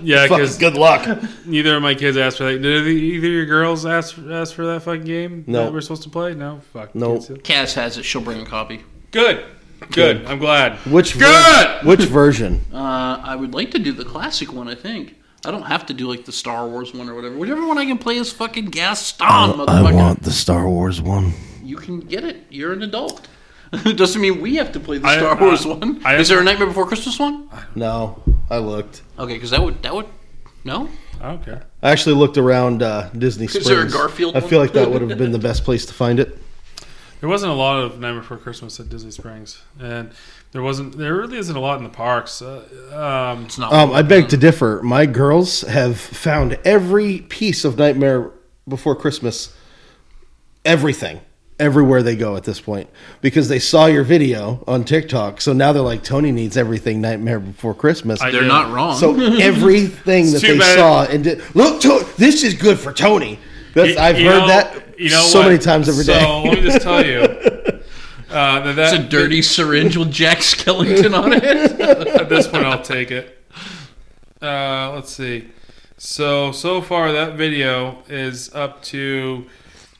[SPEAKER 3] yeah,
[SPEAKER 1] Fucking
[SPEAKER 3] because
[SPEAKER 1] good luck.
[SPEAKER 3] neither of my kids asked for that. Did either of your girls ask ask for that fucking game
[SPEAKER 1] No.
[SPEAKER 3] that we're supposed to play? No, fuck.
[SPEAKER 1] No.
[SPEAKER 3] Can't see it.
[SPEAKER 2] Cass has it. She'll bring a copy.
[SPEAKER 3] Good, good. I'm glad.
[SPEAKER 1] Which ver-
[SPEAKER 3] Good!
[SPEAKER 1] which version?
[SPEAKER 2] Uh, I would like to do the classic one. I think I don't have to do like the Star Wars one or whatever. Whichever one I can play is fucking Gaston, motherfucker.
[SPEAKER 1] the Star Wars one.
[SPEAKER 2] You can get it. You're an adult. Doesn't mean we have to play the
[SPEAKER 3] I-
[SPEAKER 2] Star
[SPEAKER 3] I-
[SPEAKER 2] Wars one.
[SPEAKER 3] I-
[SPEAKER 2] Is there a Nightmare Before Christmas one?
[SPEAKER 1] No, I looked.
[SPEAKER 2] Okay, because that would that would no.
[SPEAKER 3] I don't care.
[SPEAKER 1] I actually looked around uh, Disney Springs.
[SPEAKER 2] there a Garfield
[SPEAKER 1] I feel
[SPEAKER 2] one?
[SPEAKER 1] like that would have been the best place to find it.
[SPEAKER 3] There wasn't a lot of Nightmare Before Christmas at Disney Springs, and there wasn't. There really isn't a lot in the parks. Uh, um,
[SPEAKER 2] It's not.
[SPEAKER 1] Um, I beg
[SPEAKER 5] Mm.
[SPEAKER 1] to differ. My girls have found every piece of Nightmare Before Christmas, everything, everywhere they go at this point, because they saw your video on TikTok. So now they're like, Tony needs everything Nightmare Before Christmas.
[SPEAKER 3] I-
[SPEAKER 2] They're
[SPEAKER 3] Yeah.
[SPEAKER 2] not wrong.
[SPEAKER 1] so everything that
[SPEAKER 3] too
[SPEAKER 1] they
[SPEAKER 3] bad.
[SPEAKER 1] saw and did, look, to, this is good for Tony. That's,
[SPEAKER 3] You-
[SPEAKER 1] I've
[SPEAKER 3] you
[SPEAKER 1] heard
[SPEAKER 3] know-
[SPEAKER 1] that
[SPEAKER 3] you know
[SPEAKER 1] so
[SPEAKER 3] what?
[SPEAKER 1] many times every day.
[SPEAKER 3] So let me just tell you uh, that,
[SPEAKER 1] uh,
[SPEAKER 2] it's
[SPEAKER 3] that
[SPEAKER 2] a dirty syringe with Jack Skellington on it.
[SPEAKER 3] At this point, I'll take it. Uh, let's see. So so far, that video is up to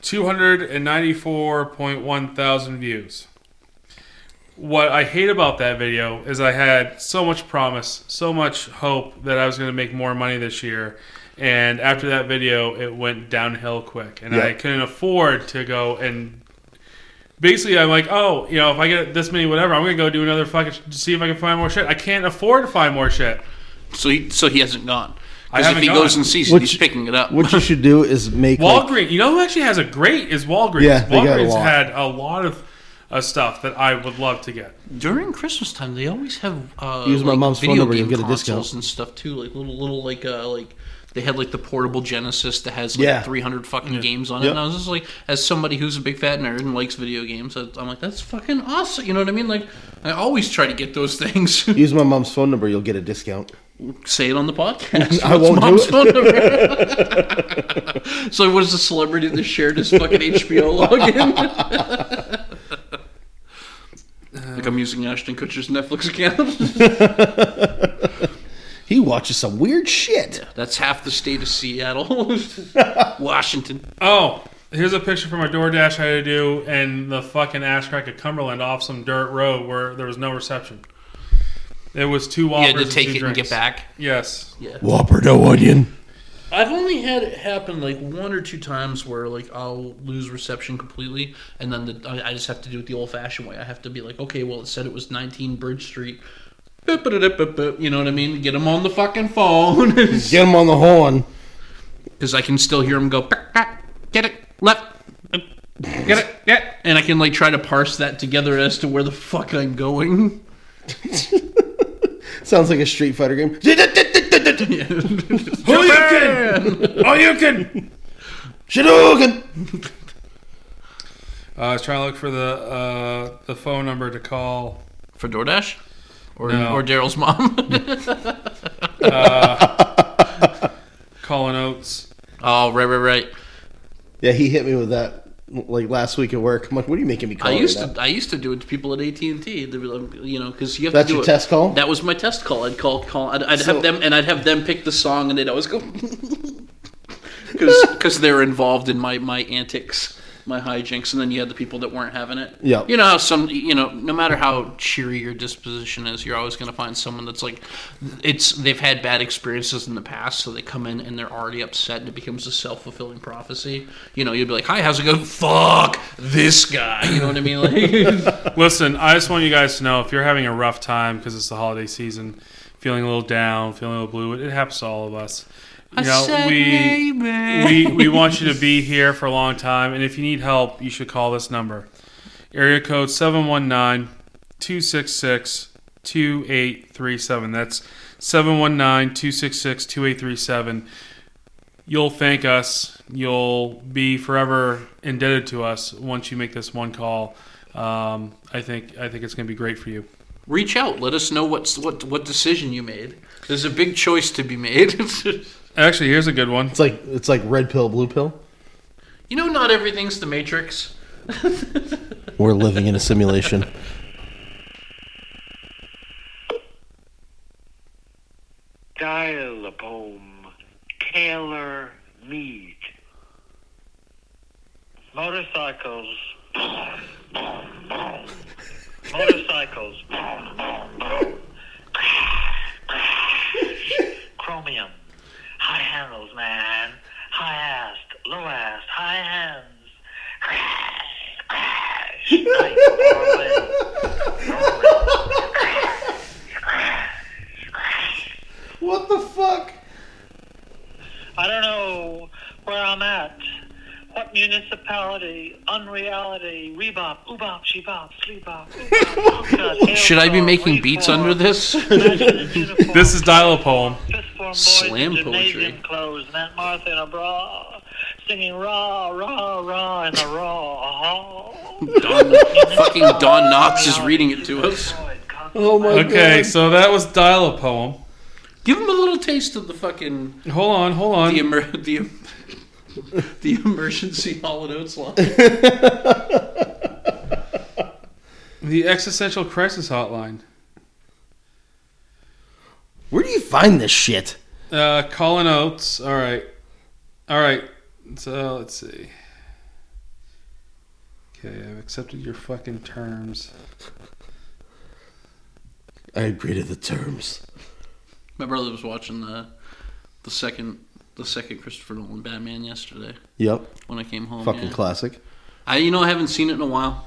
[SPEAKER 3] 294.1 thousand views. What I hate about that video is I had so much promise, so much hope that I was going to make more money this year. And after that video, it went downhill quick, and I
[SPEAKER 1] Yeah.
[SPEAKER 3] couldn't afford to go and basically I'm like, oh, you know, if I get this many, whatever, I'm gonna go do another fucking sh- see if I can find more shit. I can't afford to find more shit.
[SPEAKER 2] so he so he hasn't gone.
[SPEAKER 3] I
[SPEAKER 5] Because if
[SPEAKER 3] haven't
[SPEAKER 5] he
[SPEAKER 3] gone.
[SPEAKER 5] goes and sees it,
[SPEAKER 1] Which-
[SPEAKER 5] he's picking it up.
[SPEAKER 1] What you should do is make like,
[SPEAKER 3] Walgreens. You know who actually has a great is Walgreens.
[SPEAKER 1] Yeah, they got a
[SPEAKER 3] Walgreens
[SPEAKER 1] lot.
[SPEAKER 3] had a lot of uh, stuff that I would love to get.
[SPEAKER 2] During Christmas time, they always have uh,
[SPEAKER 1] Use my
[SPEAKER 2] like,
[SPEAKER 1] mom's phone
[SPEAKER 2] video
[SPEAKER 1] number, you'll
[SPEAKER 2] game
[SPEAKER 1] get a discount.
[SPEAKER 2] consoles and stuff too. Like little, little like uh, like they had like the portable Genesis that has like
[SPEAKER 1] Yeah.
[SPEAKER 2] 300 fucking games on it.
[SPEAKER 1] Yep.
[SPEAKER 2] And I was just like, as somebody who's a big fat nerd and likes video games, I- I'm like, that's fucking awesome. You know what I mean? Like, I always try to get those things.
[SPEAKER 1] use my mom's phone number, you'll get a discount.
[SPEAKER 2] Say it on the podcast.
[SPEAKER 1] I
[SPEAKER 2] What's
[SPEAKER 1] won't do
[SPEAKER 2] mom's
[SPEAKER 1] it.
[SPEAKER 2] phone number? so it was a celebrity that shared his fucking HBO login. like I'm using Ashton Kutcher's Netflix account.
[SPEAKER 1] He watches some weird shit.
[SPEAKER 2] That's half the state of Seattle, Washington.
[SPEAKER 3] Oh, here's a picture from a DoorDash I had to do in the fucking ass crack of Cumberland off some dirt road where there was no reception. It was two
[SPEAKER 2] You
[SPEAKER 3] whoppers.
[SPEAKER 2] had to take
[SPEAKER 3] and
[SPEAKER 2] it
[SPEAKER 3] two
[SPEAKER 2] and
[SPEAKER 3] drinks.
[SPEAKER 2] get back.
[SPEAKER 3] Yes.
[SPEAKER 1] Whopper no onion.
[SPEAKER 2] I've only had it happen like one or two times where like I'll lose reception completely, and then the, I I just have to do it the old-fashioned way. I have to be like, okay, well, it said it was 19 Bridge Street. Boop, boop, boop, boop, boop. You know what I mean? Get them on the fucking phone because
[SPEAKER 1] Get him on the horn.
[SPEAKER 2] I can still hear them go. "Back, back, Get it left. Get it. Get. And I can like try to parse that together as to where the fuck I'm going.
[SPEAKER 1] Sounds like a Street Fighter game.
[SPEAKER 3] Oh, you can. Oh, you can.
[SPEAKER 1] Shadouken.
[SPEAKER 3] Uh, I was trying to look for the uh, the phone number to call.
[SPEAKER 2] For DoorDash? Or,
[SPEAKER 3] No.
[SPEAKER 2] or Daryl's mom?
[SPEAKER 3] Colin Oates.
[SPEAKER 2] oh, right, right, right.
[SPEAKER 1] Yeah, he hit me with that like last week at work. I'm like, what are you making me call?
[SPEAKER 2] I
[SPEAKER 1] right
[SPEAKER 2] used
[SPEAKER 1] now?
[SPEAKER 2] to I used to do it to people at AT and T. You know, because you have
[SPEAKER 1] That's
[SPEAKER 2] to do
[SPEAKER 1] your
[SPEAKER 2] it.
[SPEAKER 1] test call?
[SPEAKER 2] That was my test call. I'd call call. I'd, I'd
[SPEAKER 1] So-
[SPEAKER 2] have them and I'd have them pick the song, and they'd always go because they're involved in my my antics. My hijinks, and then you had the people that weren't having it.
[SPEAKER 1] Yeah.
[SPEAKER 2] you know how some, you know, no matter how cheery your disposition is, you're always going to find someone that's like, it's they've had bad experiences in the past, so they come in and they're already upset, and it becomes a self fulfilling prophecy. You know, you'd be like, "Hi, how's it going? Fuck this guy." You know what I mean? Like,
[SPEAKER 3] Listen, I just want you guys to know if you're having a rough time because it's the holiday season, feeling a little down, feeling a little blue, it happens to all of us. You know, we we want you to be here for a long time and if you need help you should call this number area code 719-266-2837 that's 719-266-2837 you'll thank us you'll be forever indebted to us once you make this one call um, I think I think it's going to be great for you.
[SPEAKER 2] Reach out. Let us know what's what what decision you made. There's a big choice to be made.
[SPEAKER 3] Actually, here's a good one.
[SPEAKER 1] It's like it's like red pill, blue pill.
[SPEAKER 2] you know, not everything's the Matrix.
[SPEAKER 1] We're living in a simulation.
[SPEAKER 6] dial upon Taylor Mead. Motorcycles. Motorcycles. Chromium. High handles, man. High ass, low ass, high hands. Crash, crash. Night, Norway. Norway.
[SPEAKER 1] what the fuck?
[SPEAKER 6] I don't know where I'm at. What municipality? Unreality. Rebop, oobop, shebop, sleebop. oobop,
[SPEAKER 2] Should I be making beats under this?
[SPEAKER 3] This is dial a poem.
[SPEAKER 2] Slam
[SPEAKER 6] Slam
[SPEAKER 2] poetry.
[SPEAKER 6] poetry. Clothes, Aunt Martha in a bra, singing rah, rah, rah, in a raw.
[SPEAKER 2] Don, fucking Don Knox is reading it to us.
[SPEAKER 1] Oh my god.
[SPEAKER 3] Okay, so that was dial a poem.
[SPEAKER 2] Give him a little taste of the fucking
[SPEAKER 3] Hold on, hold on.
[SPEAKER 2] the emer- the, em- the emergency Hall and Oates line.
[SPEAKER 3] The existential crisis hotline.
[SPEAKER 1] Where do you find this shit?
[SPEAKER 3] Uh, Colin Oates. All right, all right. So let's see. Okay, I've accepted your fucking terms.
[SPEAKER 1] I agree to the terms.
[SPEAKER 2] My brother was watching the the second the second Christopher Nolan Batman yesterday
[SPEAKER 1] Yep.
[SPEAKER 2] when I came home.
[SPEAKER 1] Fucking
[SPEAKER 2] yeah.
[SPEAKER 1] classic.
[SPEAKER 2] I you know I haven't seen it in a while.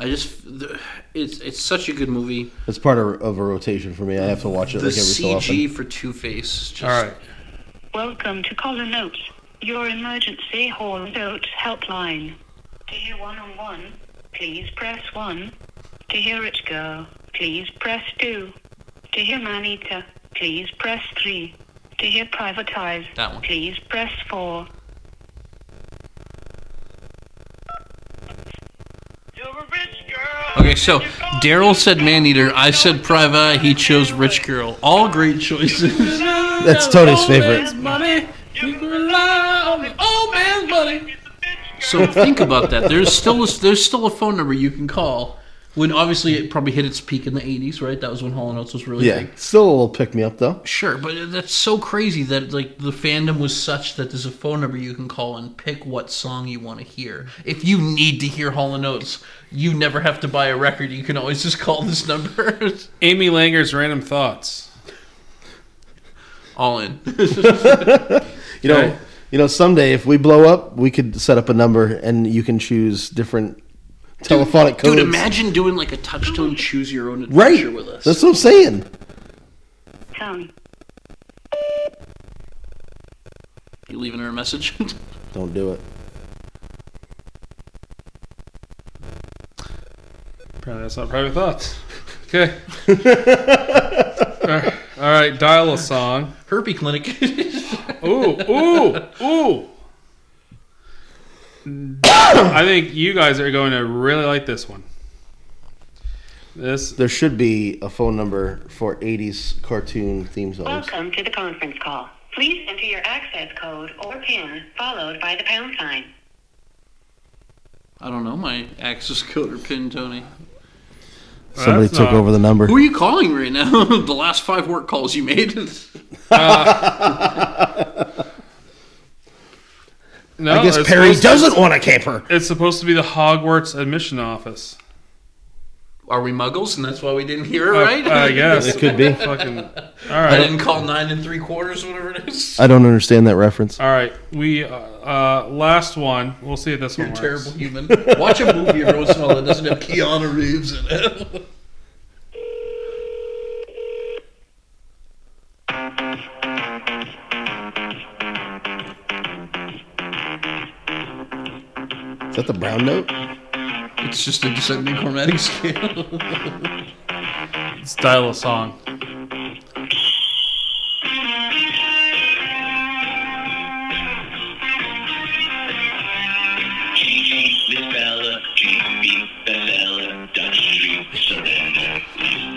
[SPEAKER 7] I just th- it's it's such a good movie.
[SPEAKER 1] It's part of, of a rotation for me. I have to watch it
[SPEAKER 7] The
[SPEAKER 1] like every so often.
[SPEAKER 7] CG for Two Face. Just,
[SPEAKER 3] All right.
[SPEAKER 6] Welcome to Call and Notes, your emergency hall note helpline. To hear one on one, please press 1. To hear it go, please press 2. To hear Maneater, please press 3. To hear Privatize,
[SPEAKER 2] That one.
[SPEAKER 6] please press 4.
[SPEAKER 8] You're a rich girl.
[SPEAKER 2] Okay, so Daryl said Maneater. I said Priva. He chose Rich Girl. All great choices.
[SPEAKER 1] That's Tony's favorite.
[SPEAKER 2] Oh, So think about that. There's still a, there's still a phone number you can call. When obviously it probably hit its peak in the 80s, right? That was when Hall & Oates was really
[SPEAKER 1] Yeah,
[SPEAKER 2] big.
[SPEAKER 1] still a little pick me up though.
[SPEAKER 2] Sure, but that's so crazy that like the fandom was such that there's a phone number you can call and pick what song you want to hear. If you need to hear Hall & Oates, you never have to buy a record. You can always just call this number.
[SPEAKER 3] Amy Langer's random thoughts.
[SPEAKER 2] All in.
[SPEAKER 1] You know,
[SPEAKER 3] Right.
[SPEAKER 1] you know, someday if we blow up, we could set up a number and you can choose different telephonic codes.
[SPEAKER 7] Dude, imagine doing like a touchstone choose your own
[SPEAKER 1] right.
[SPEAKER 7] adventure with us.
[SPEAKER 1] That's what I'm saying.
[SPEAKER 6] Tone.
[SPEAKER 7] You leaving her a message?
[SPEAKER 1] Don't do it.
[SPEAKER 3] Apparently, that's not private thoughts. Okay. All right, dial a song.
[SPEAKER 2] Herpy clinic.
[SPEAKER 3] Ooh, ooh, ooh. I think you guys are going to really like this one. This
[SPEAKER 1] There should be a phone number for 80s cartoon theme songs.
[SPEAKER 6] Welcome to the conference call. Please enter your access code or PIN followed by the pound sign.
[SPEAKER 7] I don't know my access code or pin, Tony.
[SPEAKER 1] Somebody
[SPEAKER 3] That's
[SPEAKER 1] took
[SPEAKER 3] not-
[SPEAKER 1] over the number.
[SPEAKER 7] Who are you calling right now? the last five work calls you made.
[SPEAKER 3] no,
[SPEAKER 1] I guess
[SPEAKER 3] it's
[SPEAKER 1] Perry
[SPEAKER 3] supposed to-
[SPEAKER 1] doesn't want a camper.
[SPEAKER 3] It's supposed to be the Hogwarts admission office.
[SPEAKER 2] Are we muggles and that's why we didn't hear it, right?
[SPEAKER 3] I guess
[SPEAKER 1] It could be.
[SPEAKER 3] Fucking. All
[SPEAKER 2] I
[SPEAKER 3] right.
[SPEAKER 2] didn't call nine and three quarters, whatever it is.
[SPEAKER 1] I don't understand that reference.
[SPEAKER 3] All right. We uh, uh, last one. We'll see if this
[SPEAKER 2] You're a
[SPEAKER 3] one works.
[SPEAKER 2] terrible human. Watch a movie every once in a while that doesn't have Keanu Reeves in it.
[SPEAKER 1] Is that the brown note?
[SPEAKER 2] It's just a descending chromatic scale.
[SPEAKER 3] Let's dial a song.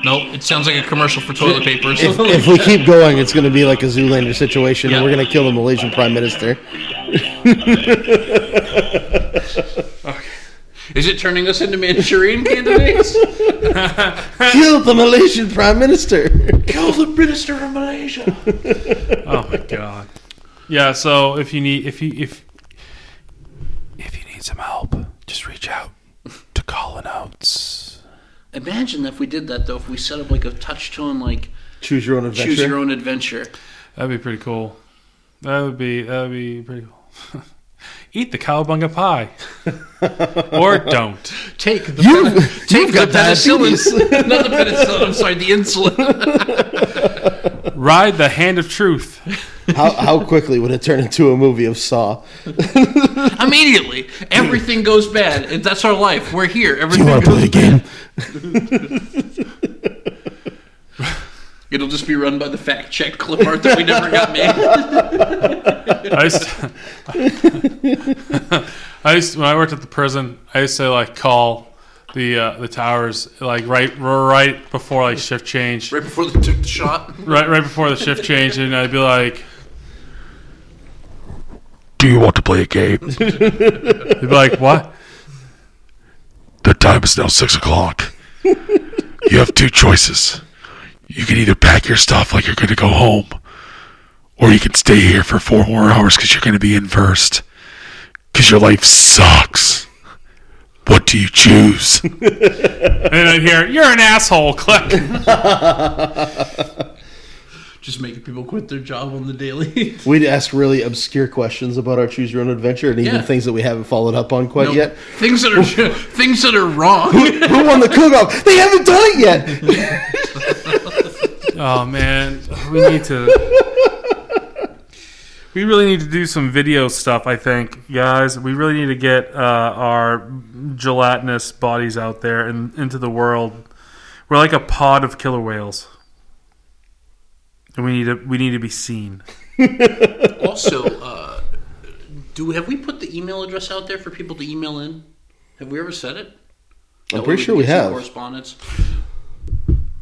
[SPEAKER 2] Nope, it sounds like a commercial for toilet paper.
[SPEAKER 1] If, if we keep going, it's going to be like a Zoolander situation. and We're going to kill the Malaysian prime minister.
[SPEAKER 2] Is it turning us into Manchurian candidates?
[SPEAKER 1] Kill the Malaysian prime minister.
[SPEAKER 2] Kill the minister of Malaysia.
[SPEAKER 3] Oh my god. Yeah. So if you need, if you if if you need some help, just reach out to Colin Oates.
[SPEAKER 7] Imagine if we did that though. If we set up like a touchstone, like
[SPEAKER 1] Choose your own adventure.
[SPEAKER 7] choose your own adventure.
[SPEAKER 3] That'd be pretty cool. That would be that would be pretty cool. Eat the cowabunga pie, or don't.
[SPEAKER 2] Take the
[SPEAKER 1] You-
[SPEAKER 2] pen-
[SPEAKER 1] you've
[SPEAKER 2] take
[SPEAKER 1] got
[SPEAKER 2] the penicillin. Not the penicillin. I'm sorry, the insulin.
[SPEAKER 3] Ride the hand of truth.
[SPEAKER 1] How, how quickly would it turn into a movie of Saw?
[SPEAKER 2] Immediately, everything goes bad. It- That's our life. We're here. Everything. goes
[SPEAKER 1] game?
[SPEAKER 2] It'll just be run by the fact check clip art that we never got made.
[SPEAKER 3] I used, to, I used when I worked at the prison. I used to like call the uh, the towers like right right before like shift change.
[SPEAKER 2] Right before they took the shot.
[SPEAKER 3] right right before the shift change, and I'd be like,
[SPEAKER 9] Do you want to play a game?
[SPEAKER 3] they'd be like, what?
[SPEAKER 9] the time is now six o'clock. you have two choices. You can either pack your stuff like you're going to go home, or you can stay here for four more hours because you're going to be in first. Because your life sucks. What do you choose?
[SPEAKER 3] And then I'd hear, you're an asshole, click.
[SPEAKER 2] just making people quit their job on the daily.
[SPEAKER 1] We'd ask really obscure questions about our choose your own adventure and even
[SPEAKER 2] Yeah.
[SPEAKER 1] things that we haven't followed up on quite yet.
[SPEAKER 2] Things that are things that are wrong.
[SPEAKER 1] Who won the cook off? They haven't done it yet.
[SPEAKER 3] Oh man, we need to. We really need to do some video stuff. I think, guys, we really need to get uh, our gelatinous bodies out there and into the world. We're like a pod of killer whales, and we need to we need to be seen.
[SPEAKER 2] also, uh, do have we put the email address out there for people to email in? Have we ever said it?
[SPEAKER 1] I'm pretty sure we have.
[SPEAKER 2] correspondence.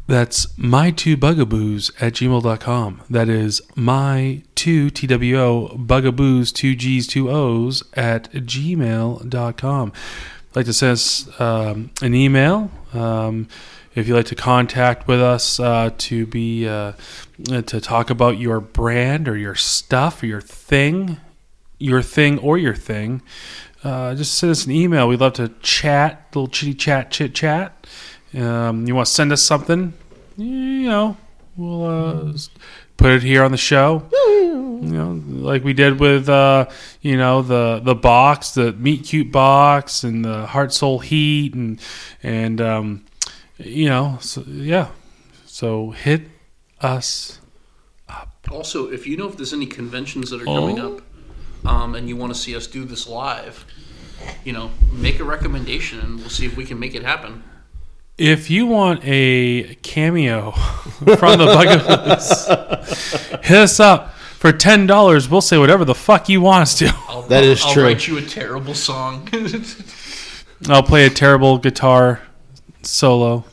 [SPEAKER 3] That's my two bugaboos at gmail.com. That is my two T W O bugaboos, two G's, two O's at gmail.com. Like to send us um, an email. Um, if you'd like to contact with us uh, to be uh, to talk about your brand or your stuff or your thing, your thing or your thing, uh, just send us an email. We'd love to chat, little chitty chat, chit chat. Um, you want to send us something? You know, we'll uh, s- put it here on the show. You know, like we did with uh, you know the the box, the meet cute box, and the heart soul heat, and and um, you know, so, yeah. So hit us.
[SPEAKER 2] Also, if you know if there's any conventions that are coming up, um, and you want to see us do this live, you know, make a recommendation, and we'll see if we can make it happen.
[SPEAKER 3] If you want a cameo from the Bugaboos, hit us up for ten dollars. We'll say whatever the fuck you want us to.
[SPEAKER 2] I'll,
[SPEAKER 1] That is
[SPEAKER 2] I'll
[SPEAKER 1] true.
[SPEAKER 2] write you a terrible song.
[SPEAKER 3] I'll play a terrible guitar solo,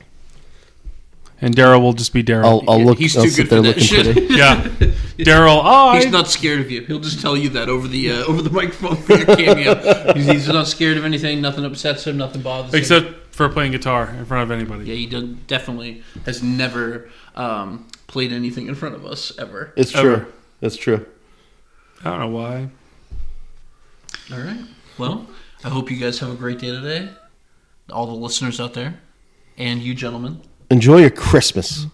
[SPEAKER 3] and Daryl will just be
[SPEAKER 1] I'll,
[SPEAKER 3] Daryl.
[SPEAKER 1] I'll look.
[SPEAKER 2] He's
[SPEAKER 1] I'll
[SPEAKER 2] too
[SPEAKER 1] sit
[SPEAKER 2] good
[SPEAKER 1] there
[SPEAKER 2] for that
[SPEAKER 1] looking pretty.
[SPEAKER 2] shit.
[SPEAKER 3] Yeah, Daryl. I.
[SPEAKER 2] He's not scared of you. He'll just tell you that over the uh, over the microphone for your cameo. He's, he's not scared of anything. Nothing upsets him. Nothing bothers him.
[SPEAKER 3] except for playing guitar in front of anybody.
[SPEAKER 2] Yeah, he de- definitely has never um, played anything in front of us ever.
[SPEAKER 1] It's
[SPEAKER 3] Ever.
[SPEAKER 1] true. That's true.
[SPEAKER 3] I don't know why.
[SPEAKER 2] All right. Well, I hope you guys have a great day today, all the listeners out there, and you gentlemen.
[SPEAKER 1] Enjoy your Christmas.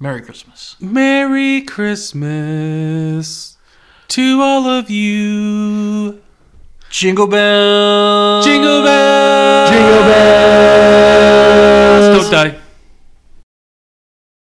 [SPEAKER 2] Merry Christmas.
[SPEAKER 3] Merry Christmas to all of you.
[SPEAKER 2] Jingle bells.
[SPEAKER 3] Jingle bells.
[SPEAKER 1] Jingle bells.
[SPEAKER 3] Don't die.